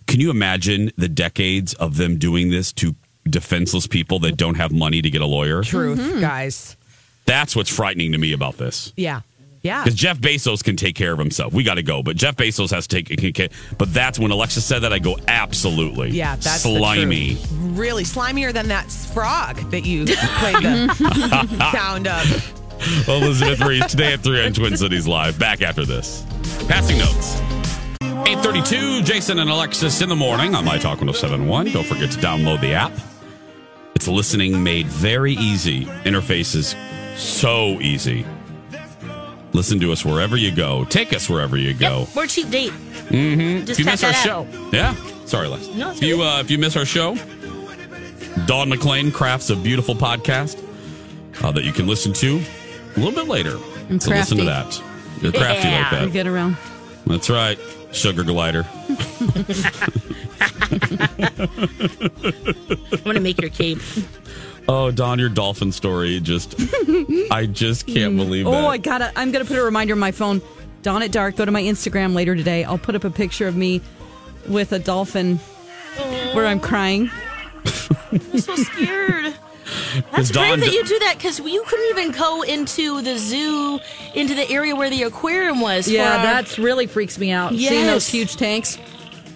[SPEAKER 5] can you imagine the decades of them doing this to defenseless people that don't have money to get a lawyer?
[SPEAKER 9] Truth, guys.
[SPEAKER 5] That's what's frightening to me about this.
[SPEAKER 9] Yeah. Yeah.
[SPEAKER 5] Because Jeff Bezos can take care of himself. We got to go, but Jeff Bezos has to take. Can, can, but that's when Alexis said that I go absolutely.
[SPEAKER 9] Yeah, that's the
[SPEAKER 5] slimy.
[SPEAKER 9] truth. Really slimier than that frog that you played the sound of.
[SPEAKER 5] Elizabeth Reese today at 3 on Twin Cities Live. Back after this. Passing notes. 832, Jason and Alexis in the morning on My Talk 1071. Don't forget to download the app. It's listening made very easy. Interface is so easy. Listen to us wherever you go. Take us wherever you go.
[SPEAKER 6] Or cheap date.
[SPEAKER 5] Mm-hmm. if
[SPEAKER 6] Just
[SPEAKER 5] you
[SPEAKER 6] tap
[SPEAKER 5] miss our
[SPEAKER 6] that
[SPEAKER 5] show, yeah. Sorry, Les.
[SPEAKER 6] No, it's
[SPEAKER 5] if you uh, if you miss our show, Dawn McLean crafts a beautiful podcast uh, that you can listen to a little bit later.
[SPEAKER 4] I'm
[SPEAKER 5] so listen to
[SPEAKER 4] crafty.
[SPEAKER 5] that. You're crafty
[SPEAKER 4] We
[SPEAKER 5] like that.
[SPEAKER 4] get around.
[SPEAKER 5] That's right, Sugar Glider.
[SPEAKER 6] I'm gonna make your cape.
[SPEAKER 5] Oh, Don, your dolphin story just I just can't
[SPEAKER 6] Mm.
[SPEAKER 5] believe that.
[SPEAKER 4] Oh, I gotta. I'm gonna put a reminder on my phone. Dawn at dark. Go to my Instagram later today. I'll put up a picture of me with a dolphin where I'm crying.
[SPEAKER 6] I'm so scared.
[SPEAKER 5] Is
[SPEAKER 6] That's
[SPEAKER 5] Dawn-
[SPEAKER 6] brave that you do that because you couldn't even go into the zoo, into the area where the aquarium was.
[SPEAKER 4] Yeah,
[SPEAKER 6] for-
[SPEAKER 4] that's really freaks me out. Seeing those
[SPEAKER 6] Yes.
[SPEAKER 4] huge tanks.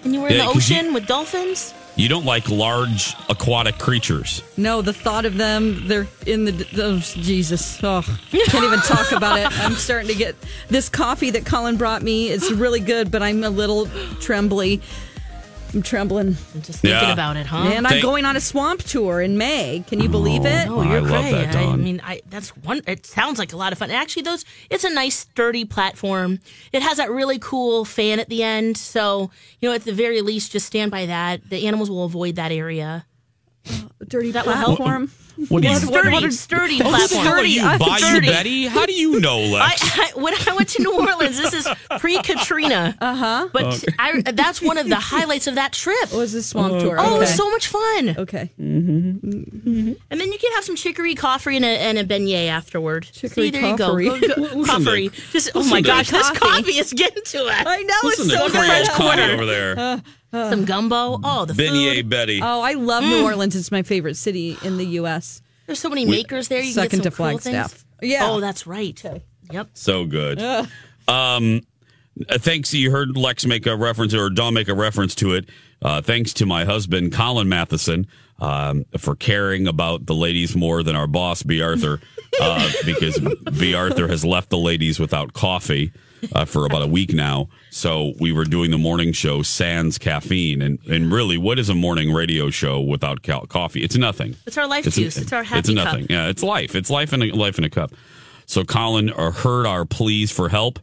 [SPEAKER 6] And you were
[SPEAKER 5] Yeah,
[SPEAKER 6] in the
[SPEAKER 5] 'cause you-
[SPEAKER 6] ocean with dolphins.
[SPEAKER 5] you don't like large aquatic creatures.
[SPEAKER 4] No, the thought of them, they're in the. Oh, Jesus. Oh, can't even talk about it. I'm starting to get this coffee that Colin brought me. It's really good, but I'm a little trembly. I'm trembling.
[SPEAKER 6] Just
[SPEAKER 5] thinking Yeah. about it, huh?
[SPEAKER 4] And I'm
[SPEAKER 5] Thank-
[SPEAKER 4] going on a swamp tour in May. Can you believe it?
[SPEAKER 5] Oh, I love
[SPEAKER 6] Right,
[SPEAKER 5] that,
[SPEAKER 6] I
[SPEAKER 5] Don.
[SPEAKER 6] mean, I that's one. It sounds like a lot of fun. Actually, those it's a nice sturdy platform. It has that really cool fan at the end, so you know at the very least, just stand by that. The animals will avoid that area.
[SPEAKER 4] Dirty
[SPEAKER 6] that will help.
[SPEAKER 4] platform.
[SPEAKER 5] What do you
[SPEAKER 6] Sturdy, sturdy
[SPEAKER 5] How do
[SPEAKER 6] platform.
[SPEAKER 5] you
[SPEAKER 6] Sturdy,
[SPEAKER 5] buy you
[SPEAKER 6] sturdy.
[SPEAKER 5] Betty? How do you know
[SPEAKER 6] I,
[SPEAKER 5] Lex?
[SPEAKER 6] I, when I went to New Orleans, this is pre Katrina. Uh huh. But
[SPEAKER 5] Okay.
[SPEAKER 6] I, that's one of the highlights of that trip.
[SPEAKER 4] Was the swamp tour?
[SPEAKER 6] Oh, it was
[SPEAKER 4] Okay.
[SPEAKER 6] so much fun.
[SPEAKER 4] Okay.
[SPEAKER 6] And then you can have some chicory coffee and a, and a beignet afterward.
[SPEAKER 4] Chicory
[SPEAKER 6] See, there you go.
[SPEAKER 4] coffee.
[SPEAKER 6] go, go
[SPEAKER 5] Listen to-
[SPEAKER 6] coffee. Just, oh
[SPEAKER 5] listen
[SPEAKER 6] my
[SPEAKER 5] to
[SPEAKER 6] gosh, this
[SPEAKER 4] coffee.
[SPEAKER 6] coffee is getting to us.
[SPEAKER 4] I know
[SPEAKER 5] Listen
[SPEAKER 4] it's
[SPEAKER 5] to
[SPEAKER 4] so
[SPEAKER 5] Creole
[SPEAKER 4] good.
[SPEAKER 5] Connie over there.
[SPEAKER 6] Some gumbo. Oh, the
[SPEAKER 5] Beignet
[SPEAKER 6] food.
[SPEAKER 5] Betty.
[SPEAKER 4] Oh, I love New Orleans. It's my favorite city in the U.S.
[SPEAKER 6] There's so many
[SPEAKER 5] We-
[SPEAKER 6] makers there. You
[SPEAKER 4] Second
[SPEAKER 6] can
[SPEAKER 4] to
[SPEAKER 6] get some cool
[SPEAKER 4] Flagstaff.
[SPEAKER 6] things.
[SPEAKER 4] Yeah.
[SPEAKER 6] Oh, that's right. Yep.
[SPEAKER 5] So good. Um, uh, thanks. You heard Lex make a reference or Don make a reference to it. Uh, thanks to my husband, Colin Matheson, um, for caring about the ladies more than our boss, B. Arthur, uh, because B. Arthur has left the ladies without coffee uh, for about a week now. So we were doing the morning show sans caffeine. And, and really, what is a morning radio show without cal- coffee? It's nothing.
[SPEAKER 6] It's our life
[SPEAKER 5] a-
[SPEAKER 6] juice. It's our happy
[SPEAKER 5] It's nothing.
[SPEAKER 6] cup.
[SPEAKER 5] Yeah, it's life. It's life in a life in a cup. So Colin uh, heard our pleas for help,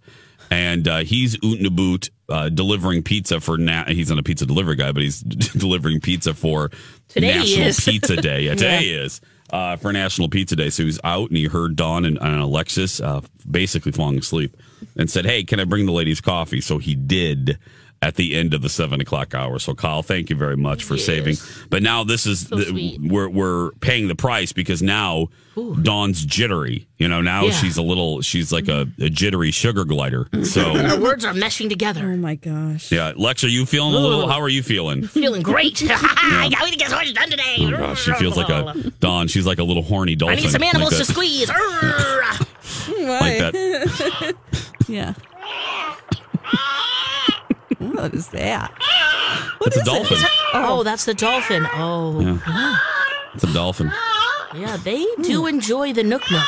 [SPEAKER 5] and uh, he's oot and a boot uh, delivering pizza for na- he's not a pizza delivery guy, but he's delivering pizza for
[SPEAKER 6] Today he
[SPEAKER 5] National
[SPEAKER 6] is.
[SPEAKER 5] Pizza Day. Yeah, today he is uh, for National Pizza Day. So he's out and he heard Dawn and, and Alexis uh, basically falling asleep, and said, "Hey, can I bring the ladies coffee?" So he did. At the end of the seven o'clock hour, so Kyle, thank you very much for saving. But now this is
[SPEAKER 6] So sweet.
[SPEAKER 5] we're we're paying the price because now Dawn's jittery. You know, now
[SPEAKER 6] Yeah.
[SPEAKER 5] she's a little she's like a, a jittery sugar glider. So
[SPEAKER 6] Our words are meshing together.
[SPEAKER 4] Oh my gosh.
[SPEAKER 5] yeah, Lex, are you feeling a little? How are you feeling?
[SPEAKER 6] Feeling great. I got to get so much done today.
[SPEAKER 5] Oh gosh, she feels like a Dawn. She's like a little horny
[SPEAKER 6] I
[SPEAKER 5] dolphin.
[SPEAKER 6] need some animals
[SPEAKER 5] like that-
[SPEAKER 6] to squeeze.
[SPEAKER 5] Like that.
[SPEAKER 4] Yeah. what is that?
[SPEAKER 5] It's a dolphin.
[SPEAKER 6] Oh, that's the dolphin. Oh,
[SPEAKER 5] It's a dolphin.
[SPEAKER 6] yeah, they do enjoy the nook nook.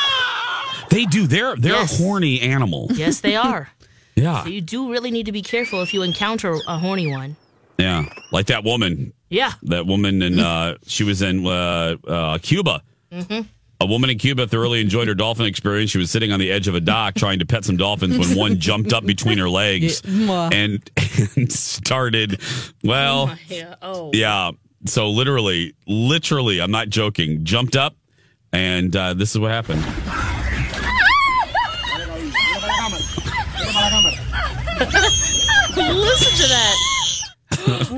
[SPEAKER 5] They do. They're they're
[SPEAKER 6] Yes.
[SPEAKER 5] a horny animal.
[SPEAKER 6] Yes, they are.
[SPEAKER 5] Yeah,
[SPEAKER 6] So you do really need to be careful if you encounter a horny one.
[SPEAKER 5] yeah. Like that woman.
[SPEAKER 6] Yeah.
[SPEAKER 5] That woman in uh, she was in uh, uh, Cuba. A woman in Cuba thoroughly enjoyed her dolphin experience. She was sitting on the edge of a dock trying to pet some dolphins when one jumped up between her legs and, and started. Well,
[SPEAKER 6] Yeah. Oh.
[SPEAKER 5] yeah. So literally, literally, I'm not joking. Jumped up, and uh, this is what happened.
[SPEAKER 6] Listen to that.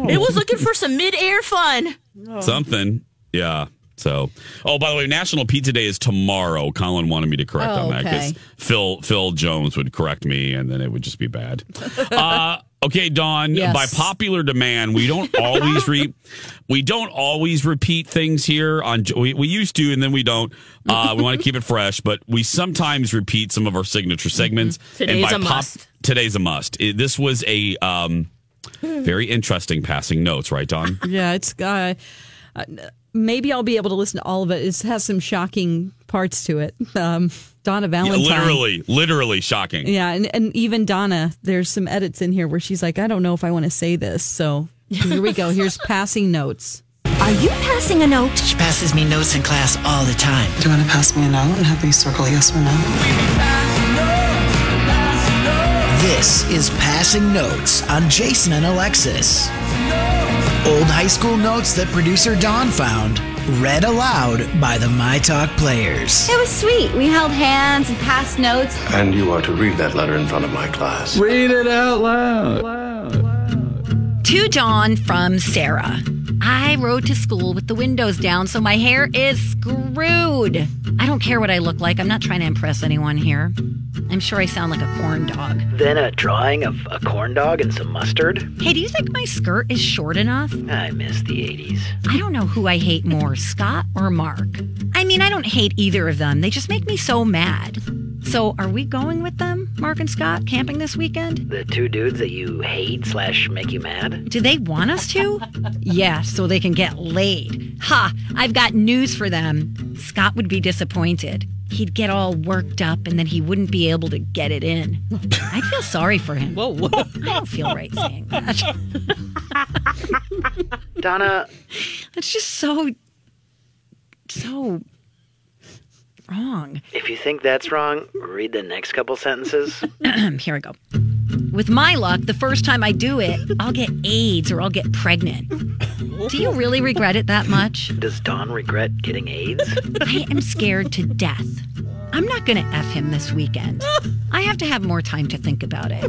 [SPEAKER 6] It was looking for some mid-air fun.
[SPEAKER 5] Something. Yeah. So, oh, by the way, National Pizza Day is tomorrow. Colin wanted me to correct
[SPEAKER 4] Oh,
[SPEAKER 5] on that because
[SPEAKER 4] okay.
[SPEAKER 5] Phil Phil Jones would correct me, and then it would just be bad. uh, okay, Dawn.
[SPEAKER 4] Yes.
[SPEAKER 5] By popular demand, we don't always re we don't always repeat things here. On we, we used to, and then we don't. Uh, we want to keep it fresh, but we sometimes repeat some of our signature segments.
[SPEAKER 6] Today's
[SPEAKER 5] by
[SPEAKER 6] a must.
[SPEAKER 5] Today's a must. It- this was a um, very interesting passing notes, right, Dawn?
[SPEAKER 4] Yeah, it's uh, uh, maybe I'll be able to listen to all of it. It has some shocking parts to it. Um, Donna Valentine.
[SPEAKER 5] Literally, literally shocking.
[SPEAKER 4] Yeah, and, and even Donna, there's some edits in here where she's like, I don't know if I want to say this. So here we go. Here's passing notes.
[SPEAKER 13] Are you passing a note?
[SPEAKER 11] She passes me notes in class all the time. Do you want to pass me a note and have me circle yes or no? This is Passing Notes on Jason and Alexis. Old high school notes that producer Don found, read aloud by the My Talk players.
[SPEAKER 12] It was sweet. We held hands and passed notes.
[SPEAKER 14] And you are to read that letter in front of my class.
[SPEAKER 15] Read it out loud.
[SPEAKER 14] To John from Sarah. I rode to school with the windows down, so my hair is screwed. I don't care what I look like. I'm not trying to impress anyone here. I'm sure I sound like a corn dog.
[SPEAKER 15] Then a drawing of a corn dog and some mustard.
[SPEAKER 14] Hey, do you think my skirt is short enough?
[SPEAKER 15] I miss the 80s.
[SPEAKER 14] I don't know who I hate more, Scott or Mark. I mean, I don't hate either of them. They just make me so mad. So, are we going with them, Mark and Scott, camping this weekend?
[SPEAKER 15] The two dudes that you hate slash make you mad.
[SPEAKER 14] Do they want us to? yeah, so they can get laid. Ha! I've got news for them. Scott would be disappointed. He'd get all worked up and then he wouldn't be able to get it in. I feel sorry for him.
[SPEAKER 4] Whoa, whoa.
[SPEAKER 14] I don't feel right saying that.
[SPEAKER 15] Donna,
[SPEAKER 14] That's just so, so wrong.
[SPEAKER 15] if you think that's wrong, read the next couple sentences.
[SPEAKER 14] Here we go. With my luck, the first time I do it, I'll get AIDS or I'll get pregnant. Do you really regret it that much?
[SPEAKER 15] Does Don regret getting AIDS?
[SPEAKER 14] I am scared to death. I'm not going to F him this weekend. I have to have more time to think about it.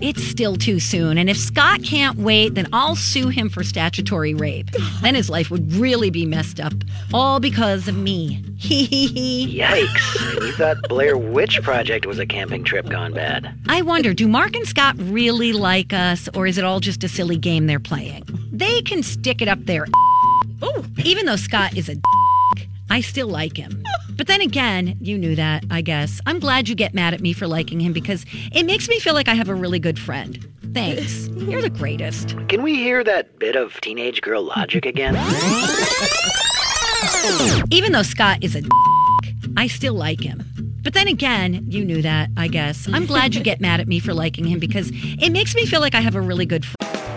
[SPEAKER 14] It's still too soon. And if Scott can't wait, then I'll sue him for statutory rape. Then his life would really be messed up, all because of me. Hee hee hee.
[SPEAKER 15] Yikes. And you thought Blair Witch Project was a camping trip gone bad.
[SPEAKER 14] I wonder, do Mark and Scott really like us, or is it all just a silly game they're playing? They can stick it up their. Oh, even though Scott is a, I still like him. But then again, you knew that, I guess. I'm glad you get mad at me for liking him because it makes me feel like I have a really good friend. Thanks. You're the greatest.
[SPEAKER 15] Can we hear that bit of teenage girl logic again?
[SPEAKER 14] Even though Scott is a, I still like him. But then again, you knew that, I guess. I'm glad you get mad at me for liking him because it makes me feel like I have a really good friend.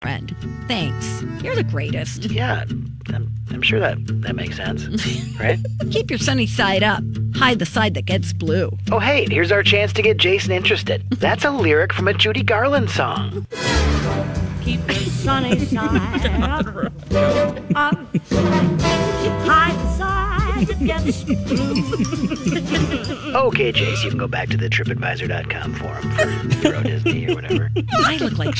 [SPEAKER 14] friend. Thanks. You're the greatest.
[SPEAKER 15] Yeah, I'm, I'm sure that that makes sense, right?
[SPEAKER 14] Keep your sunny side up. Hide the side that gets blue.
[SPEAKER 15] Oh, hey, here's our chance to get Jason interested. That's a lyric from a Judy Garland song.
[SPEAKER 16] Keep the sunny side up. up. Hide the side that gets blue.
[SPEAKER 15] Okay, Jace, you can go back to the TripAdvisor.com forum for Euro Disney or whatever.
[SPEAKER 14] I look like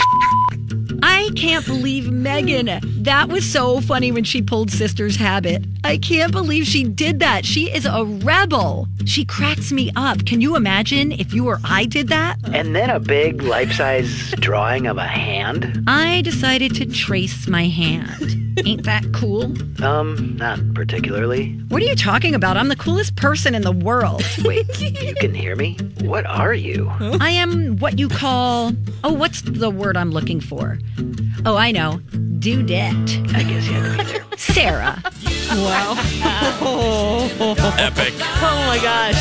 [SPEAKER 14] I can't believe Megan. That was so funny when she pulled Sister's Habit. I can't believe she did that. She is a rebel. She cracks me up. Can you imagine if you or I did that?
[SPEAKER 15] And then a big life-size drawing of a hand.
[SPEAKER 14] I decided to trace my hand. Ain't that cool?
[SPEAKER 15] Um, not particularly.
[SPEAKER 14] What are you talking about? I'm the coolest person in the world.
[SPEAKER 15] Wait, you can hear me? What are you?
[SPEAKER 14] I am what you call. Oh, what's the word I'm looking for? Oh, I know. Dudette.
[SPEAKER 15] I guess you have to be there.
[SPEAKER 14] Sarah.
[SPEAKER 4] Wow.
[SPEAKER 5] Epic.
[SPEAKER 6] Oh my gosh.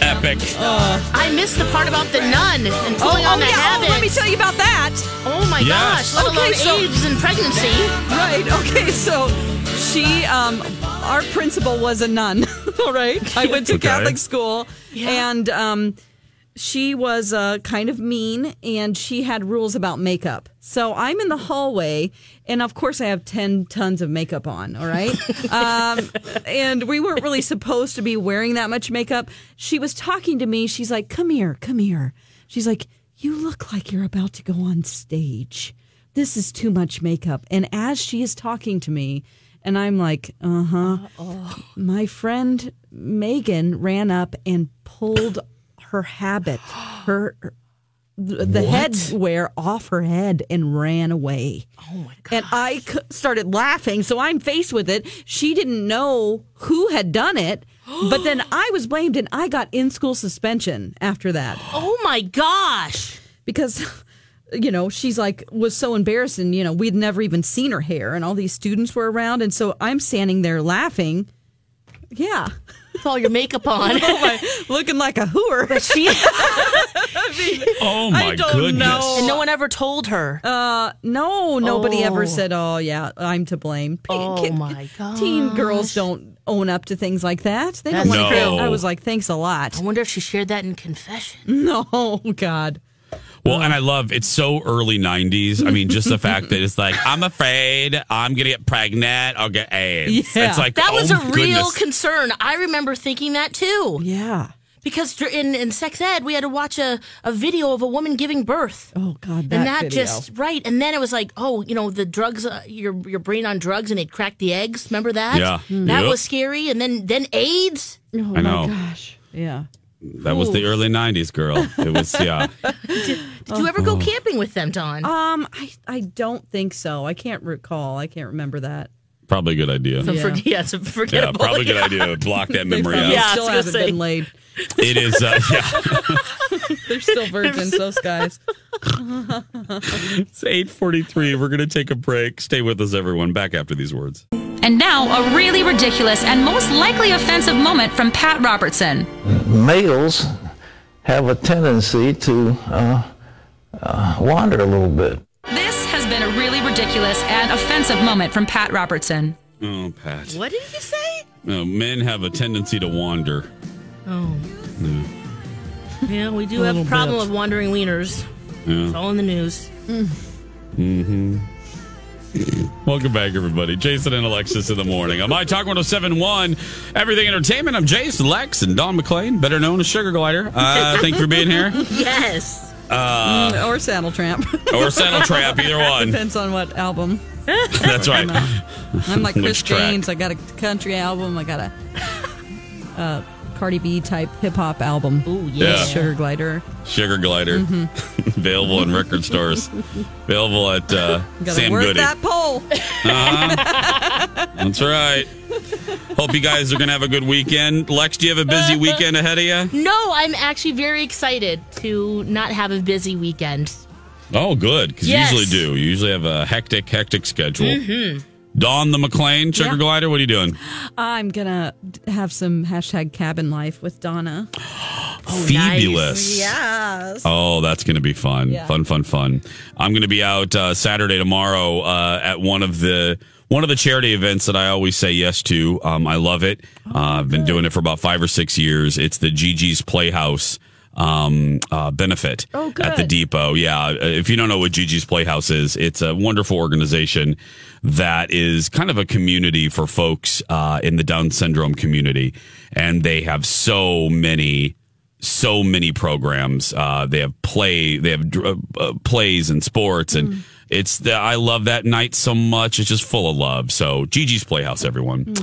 [SPEAKER 5] Epic.
[SPEAKER 6] I missed the part about the nun and pulling
[SPEAKER 4] oh,
[SPEAKER 6] on the
[SPEAKER 4] yeah.
[SPEAKER 6] habit.
[SPEAKER 4] Oh, let me tell you about that.
[SPEAKER 6] Oh my
[SPEAKER 5] Yes.
[SPEAKER 6] gosh, let
[SPEAKER 4] Okay,
[SPEAKER 6] alone
[SPEAKER 4] so-
[SPEAKER 6] AIDS and pregnancy.
[SPEAKER 4] Right. Okay. So she, um, our principal was a nun. All right. I went to
[SPEAKER 5] Okay.
[SPEAKER 4] Catholic school, and um, she was uh, kind of mean, and she had rules about makeup. So I'm in the hallway, and of course I have ten tons of makeup on. All right. um, and we weren't really supposed to be wearing that much makeup. She was talking to me. She's like, "Come here, come here." She's like, "You look like you're about to go on stage." this is too much makeup. And as she is talking to me, and I'm like, uh huh, my friend Megan ran up and pulled her habit, her the the headwear off her head and ran away. Oh my god! And I c- started laughing, so I'm faced with it. She didn't know who had done it, but then I was blamed, and I got in school suspension after that
[SPEAKER 6] Oh my gosh.
[SPEAKER 4] because you know she's like was so embarrassed and you know we'd never even seen her hair and all these students were around and so i'm standing there laughing yeah
[SPEAKER 6] with all your makeup on.
[SPEAKER 4] Oh looking like a hooer.
[SPEAKER 6] But she,
[SPEAKER 5] Oh my goodness.
[SPEAKER 6] And no one ever told her.
[SPEAKER 4] Uh, no, nobody
[SPEAKER 6] Oh.
[SPEAKER 4] ever said, "Oh yeah, I'm to blame." Pe-
[SPEAKER 6] Oh, my
[SPEAKER 4] Teen
[SPEAKER 6] gosh.
[SPEAKER 4] girls don't own up to things like that. They don't
[SPEAKER 6] That's
[SPEAKER 4] want
[SPEAKER 5] true.
[SPEAKER 4] I was like, "Thanks a lot." I
[SPEAKER 6] wonder if she shared that in confession.
[SPEAKER 4] No, God.
[SPEAKER 5] Well, and I love it's so early '90s. I mean, just the fact that it's like I'm afraid I'm gonna get pregnant. I'll get AIDS. It's like
[SPEAKER 6] that
[SPEAKER 5] oh
[SPEAKER 6] was a
[SPEAKER 5] my
[SPEAKER 6] real
[SPEAKER 5] goodness.
[SPEAKER 6] concern. I remember thinking that too.
[SPEAKER 4] Yeah.
[SPEAKER 6] Because dur- in, in sex ed, we had to watch a, a video of a woman giving birth.
[SPEAKER 4] Oh God,
[SPEAKER 6] and
[SPEAKER 4] that
[SPEAKER 6] that
[SPEAKER 4] video.
[SPEAKER 6] just right. And then it was like, oh, you know, the drugs, uh, your your brain on drugs, and it cracked the eggs. Remember that?
[SPEAKER 5] Yeah. Mm.
[SPEAKER 6] that
[SPEAKER 5] Yep.
[SPEAKER 6] was scary. And then then AIDS.
[SPEAKER 4] Oh
[SPEAKER 5] I know
[SPEAKER 4] Yeah.
[SPEAKER 5] that was the early '90s, girl. It was yeah.
[SPEAKER 6] Did you ever go
[SPEAKER 5] Oh.
[SPEAKER 6] camping with them, Don?
[SPEAKER 4] Um, I I don't think so. I can't recall. I can't remember that.
[SPEAKER 5] Probably a good idea.
[SPEAKER 6] So for- yeah, so
[SPEAKER 5] Yeah,
[SPEAKER 6] forgettable.
[SPEAKER 5] probably a good idea to block that memory out.
[SPEAKER 6] Yeah, I
[SPEAKER 4] still
[SPEAKER 6] was gonna
[SPEAKER 4] haven't
[SPEAKER 6] say.
[SPEAKER 4] been laid.
[SPEAKER 5] It is, uh, yeah.
[SPEAKER 4] They're still virgins, those guys.
[SPEAKER 5] It's 843. We're going to take a break. Stay with us, everyone. Back after these words.
[SPEAKER 2] And now, a really ridiculous and most likely offensive moment from Pat Robertson.
[SPEAKER 17] males have a tendency to uh, uh, wander a little bit.
[SPEAKER 2] This has been a really ridiculous and offensive moment from Pat Robertson.
[SPEAKER 5] Oh, Pat.
[SPEAKER 6] What did you say?
[SPEAKER 5] No, men have a tendency to wander.
[SPEAKER 6] Oh,
[SPEAKER 5] Yeah.
[SPEAKER 6] yeah, we do
[SPEAKER 5] A
[SPEAKER 6] have a
[SPEAKER 5] little
[SPEAKER 6] problem
[SPEAKER 5] bit.
[SPEAKER 6] with wandering wieners. It's all in the news.
[SPEAKER 5] hmm Welcome back, everybody. Jason and Alexis in the morning. I'm I Talk 1071, Everything Entertainment. I'm Jason, Lex, and Don McLean, better known as Sugar Glider. Uh, thank you for being here.
[SPEAKER 6] Yes.
[SPEAKER 5] Uh,
[SPEAKER 4] Mm, or Saddle Tramp.
[SPEAKER 5] Or Saddle Tramp, either one.
[SPEAKER 4] Depends on what album.
[SPEAKER 5] That's right.
[SPEAKER 4] I'm like
[SPEAKER 5] Which
[SPEAKER 4] Chris
[SPEAKER 5] track?
[SPEAKER 4] Gaines. I got a country album. I got a uh, Cardi B type hip hop album.
[SPEAKER 6] Ooh,
[SPEAKER 5] yeah.
[SPEAKER 4] Sugar Glider.
[SPEAKER 5] Sugar Glider.
[SPEAKER 4] Mm-hmm.
[SPEAKER 5] Available in record stores. Available at uh,
[SPEAKER 4] Gotta
[SPEAKER 5] Sam
[SPEAKER 4] work
[SPEAKER 5] Goody.
[SPEAKER 4] that pole.
[SPEAKER 5] That's right. Hope you guys are going to have a good weekend. Lex, do you have a busy weekend ahead of you?
[SPEAKER 6] No, I'm actually very excited to not have a busy weekend.
[SPEAKER 5] Oh, good. Because
[SPEAKER 6] Yes.
[SPEAKER 5] you usually do. You usually have a hectic, hectic schedule.
[SPEAKER 6] Mhm.
[SPEAKER 5] Dawn the McLean, Sugar
[SPEAKER 4] Mm-hmm. Yeah.
[SPEAKER 5] Glider, what are you doing?
[SPEAKER 4] I'm gonna d- have some hashtag cabin life with Donna.
[SPEAKER 5] Oh, Fabulous.
[SPEAKER 4] Yes.
[SPEAKER 5] Oh, that's going to be fun.
[SPEAKER 4] Yeah.
[SPEAKER 5] Fun, fun, fun. I'm going to be out uh, Saturday tomorrow uh, at one of the one of the charity events that I always say yes to. Um, I love it. uh, I've been doing it for about five or six years. It's the Gigi's Playhouse um, uh, benefit
[SPEAKER 18] Oh,
[SPEAKER 5] at the
[SPEAKER 18] good.
[SPEAKER 5] Depot. Yeah. uh, If you don't know what Gigi's Playhouse is, it's a wonderful organization that is kind of a community for folks uh, in the Down syndrome community. And they have so many so many programs. Uh, they have play, they have dr- uh, plays and sports, and it's the I love that night so much. It's just full of love. So Gigi's Playhouse, everyone.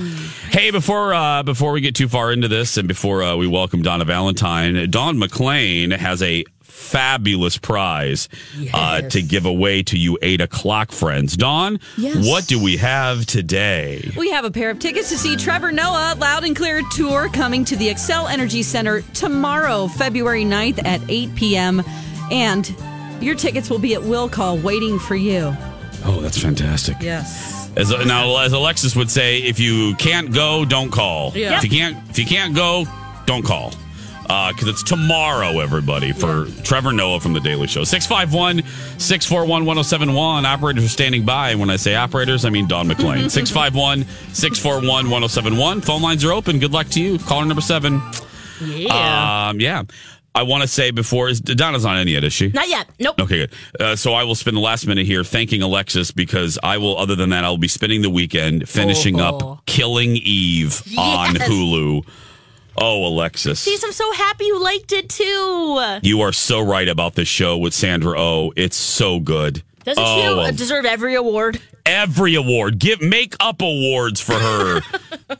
[SPEAKER 5] Hey, before uh, before we get too far into this, and before uh, we welcome Donna Valentine, Don McLean has a fabulous prize uh, to give away to you eight o'clock friends. Don,
[SPEAKER 4] Yes.
[SPEAKER 5] what do we have today?
[SPEAKER 4] We have a pair of tickets to see Trevor Noah Loud and Clear Tour coming to the Excel Energy Center tomorrow, February 9th at 8 p.m. And your tickets will be at Will Call waiting for you.
[SPEAKER 5] Oh, that's fantastic.
[SPEAKER 4] Yes.
[SPEAKER 5] As, now, as Alexis would say, if you can't go, don't call.
[SPEAKER 4] Yeah.
[SPEAKER 5] If you can't, if you can't go, don't call. Because it's tomorrow, everybody, for Trevor Noah from The Daily Show. 651 641 1071. Operators are standing by. And when I say operators, I mean Don McLean. 651 641 1071. Phone lines are open. Good luck to you. Caller number seven.
[SPEAKER 6] Yeah.
[SPEAKER 5] Um, yeah. I want to say before, is, Donna's not in yet, is she?
[SPEAKER 6] Not yet. Nope.
[SPEAKER 5] Okay, good. Uh, so I will spend the last minute here thanking Alexis because I will, other than that, I'll be spending the weekend finishing up Killing Eve on
[SPEAKER 6] Oh. Yes.
[SPEAKER 5] Hulu. Oh, Alexis.
[SPEAKER 6] Jeez, I'm so happy you liked it too.
[SPEAKER 5] You are so right about this show with Sandra Oh. It's so good.
[SPEAKER 6] Doesn't she
[SPEAKER 5] Oh,
[SPEAKER 6] uh, deserve every award?
[SPEAKER 5] every award. Give make up awards for her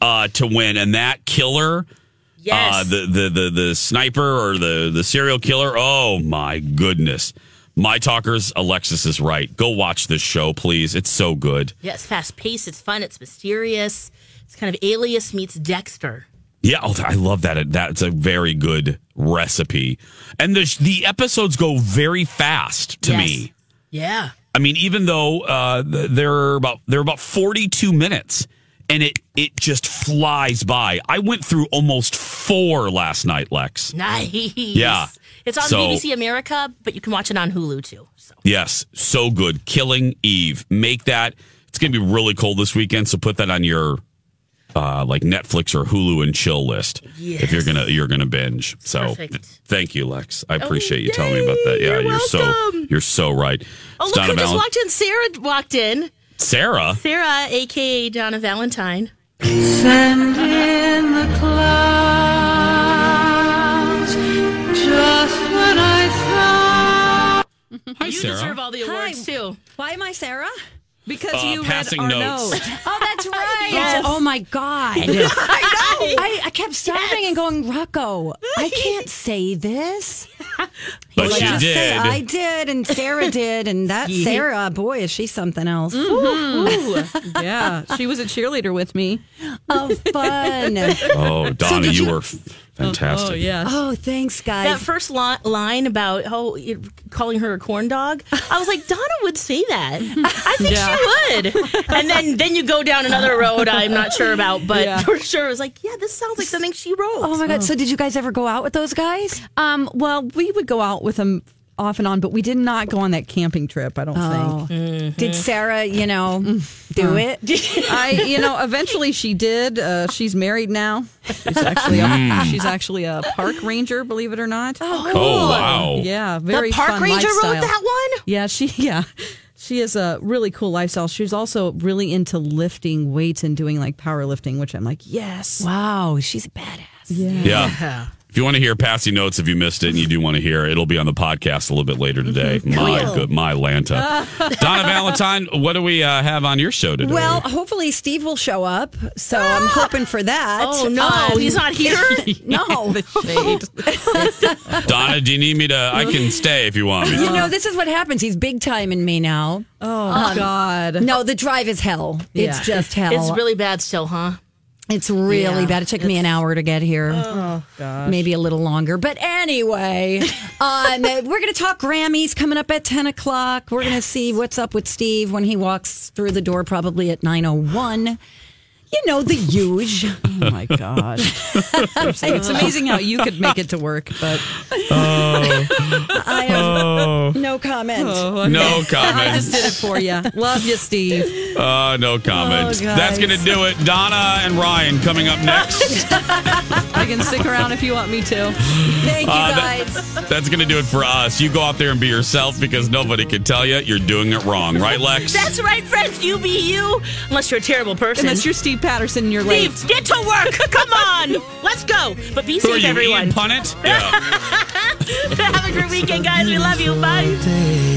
[SPEAKER 5] uh, to win, and that killer, uh,
[SPEAKER 6] Yes.
[SPEAKER 5] the, the the the sniper or the the serial killer. Oh my goodness, my talkers. Alexis is right. Go watch this show, please. It's so good.
[SPEAKER 6] Yeah, it's fast paced. It's fun. It's mysterious. It's kind of Alias meets Dexter.
[SPEAKER 5] Yeah, oh, I love that. That's a very good recipe, and the the episodes go very fast to me.
[SPEAKER 6] Yeah.
[SPEAKER 5] I mean, even though uh, th- they're about they're about forty two minutes, and it it just flies by. I went through almost four last night, Lex.
[SPEAKER 6] Nice.
[SPEAKER 5] Yeah.
[SPEAKER 6] It's on
[SPEAKER 5] So-
[SPEAKER 6] BBC America, but you can watch it on Hulu too.
[SPEAKER 5] Yes, so good. Killing Eve. Make that. It's going to be really cold this weekend, so put that on your uh, like Netflix or Hulu and chill list if you're gonna you're gonna binge. So
[SPEAKER 6] Perfect.
[SPEAKER 5] th- thank you, Lex. I appreciate you telling me about that. Yeah, you're, so you're so right.
[SPEAKER 6] Oh,
[SPEAKER 5] It's
[SPEAKER 6] look
[SPEAKER 5] Donna
[SPEAKER 6] who just
[SPEAKER 5] Valen-
[SPEAKER 6] walked in. Sarah walked in.
[SPEAKER 5] Sarah.
[SPEAKER 6] Sarah, aka Donna Valentine.
[SPEAKER 16] Send in the clouds just when I thought.
[SPEAKER 5] Hi,
[SPEAKER 6] you
[SPEAKER 5] Sarah.
[SPEAKER 6] deserve all the awards too.
[SPEAKER 4] Why am I Sarah? Because
[SPEAKER 5] Uh,
[SPEAKER 4] you read
[SPEAKER 5] passing
[SPEAKER 4] our
[SPEAKER 5] notes.
[SPEAKER 4] note.
[SPEAKER 14] Oh, that's right.
[SPEAKER 4] Yes.
[SPEAKER 14] Oh my god.
[SPEAKER 4] I know.
[SPEAKER 14] I, I kept stopping and going, Rocco, I can't say this.
[SPEAKER 5] But
[SPEAKER 14] Like,
[SPEAKER 5] she
[SPEAKER 14] just say,
[SPEAKER 5] did.
[SPEAKER 14] I did, and Sarah did, and that
[SPEAKER 5] Yeah.
[SPEAKER 14] Sarah, boy, is she something else.
[SPEAKER 4] Mhm. yeah, she was a cheerleader with me.
[SPEAKER 14] Oh, fun.
[SPEAKER 5] Oh, Donna,
[SPEAKER 6] did
[SPEAKER 5] you,
[SPEAKER 6] you-
[SPEAKER 5] were f- fantastic.
[SPEAKER 14] Oh, thanks, guys.
[SPEAKER 6] That first li- line about how you calling her a corn dog, I was like, Donna would say that. I think she would. And then, then you go down another road I'm not sure about, but
[SPEAKER 14] Yeah.
[SPEAKER 6] for sure it was like, yeah, this sounds like something she wrote.
[SPEAKER 14] Oh my god! So did you guys ever go out with those guys?
[SPEAKER 4] Um, well, we would go out with them off and on, but we did not go on that camping trip. I don't think.
[SPEAKER 14] Did Sarah, you know, do it?
[SPEAKER 4] I, you know, eventually she did. Uh, she's married now. She's actually a,
[SPEAKER 5] Mm.
[SPEAKER 4] she's actually a park ranger, believe it or not.
[SPEAKER 6] Oh,
[SPEAKER 5] cool. Oh, wow.
[SPEAKER 4] Yeah, very
[SPEAKER 6] the park
[SPEAKER 4] fun
[SPEAKER 6] ranger wrote
[SPEAKER 4] lifestyle.
[SPEAKER 6] that one?
[SPEAKER 4] Yeah, she yeah. She has a really cool lifestyle. She's also really into lifting weights and doing like powerlifting, which I'm like, yes.
[SPEAKER 14] Wow, she's a badass.
[SPEAKER 5] Yeah. If you want to hear passing notes, if you missed it and you do want to hear, it, it'll be on the podcast a little bit later today. My
[SPEAKER 14] Cool.
[SPEAKER 5] good, my Lanta. Donna Valentine, what do we uh, have on your show today?
[SPEAKER 14] Well, hopefully Steve will show up. So I'm hoping for that. Um,
[SPEAKER 6] Oh, no. He's not here? Oh.
[SPEAKER 14] no.
[SPEAKER 5] Donna, do you need me to? I can stay if you want me.
[SPEAKER 14] You
[SPEAKER 5] to.
[SPEAKER 14] know, this is what happens. He's big time in me now.
[SPEAKER 4] Oh
[SPEAKER 14] Um,
[SPEAKER 4] God.
[SPEAKER 14] No, the drive is hell. It's
[SPEAKER 6] Yeah.
[SPEAKER 14] just hell.
[SPEAKER 6] It's really bad still, huh?
[SPEAKER 14] It's really
[SPEAKER 6] Yeah,
[SPEAKER 14] bad. It took me an hour to get here. Oh,
[SPEAKER 4] gosh.
[SPEAKER 14] Maybe a little longer. But anyway, um, we're going to talk Grammys coming up at 10 o'clock. We're going to see what's up with Steve when he walks through the door, probably at 9.01. You know, the huge.
[SPEAKER 4] Oh my god. it's amazing how you could make it to work, but
[SPEAKER 14] Oh. I have
[SPEAKER 5] Oh,
[SPEAKER 14] no comment.
[SPEAKER 5] no
[SPEAKER 4] I just did
[SPEAKER 5] comments.
[SPEAKER 4] Oh. it for you. Love you, Steve.
[SPEAKER 5] Uh, no comments.
[SPEAKER 4] Oh, guys.
[SPEAKER 5] That's going to do it. Donna and Ryan coming up next.
[SPEAKER 4] I can stick around if you want me to.
[SPEAKER 14] Thank you,
[SPEAKER 5] Uh, that-
[SPEAKER 14] guys.
[SPEAKER 5] That's going to do it for us. You go out there and be yourself because nobody can tell you you're doing it wrong. Right, Lex?
[SPEAKER 6] That's right, friends. You be you, unless you're a terrible person.
[SPEAKER 4] Unless you're Steve Patterson and you're late.
[SPEAKER 6] Steve, get to work. Come on. Let's go. But be
[SPEAKER 5] Who are
[SPEAKER 6] safe,
[SPEAKER 5] you, Ian
[SPEAKER 6] everyone.
[SPEAKER 5] Punnett? Yeah.
[SPEAKER 6] Have a great weekend, guys. We love you. Bye.
[SPEAKER 16] Day.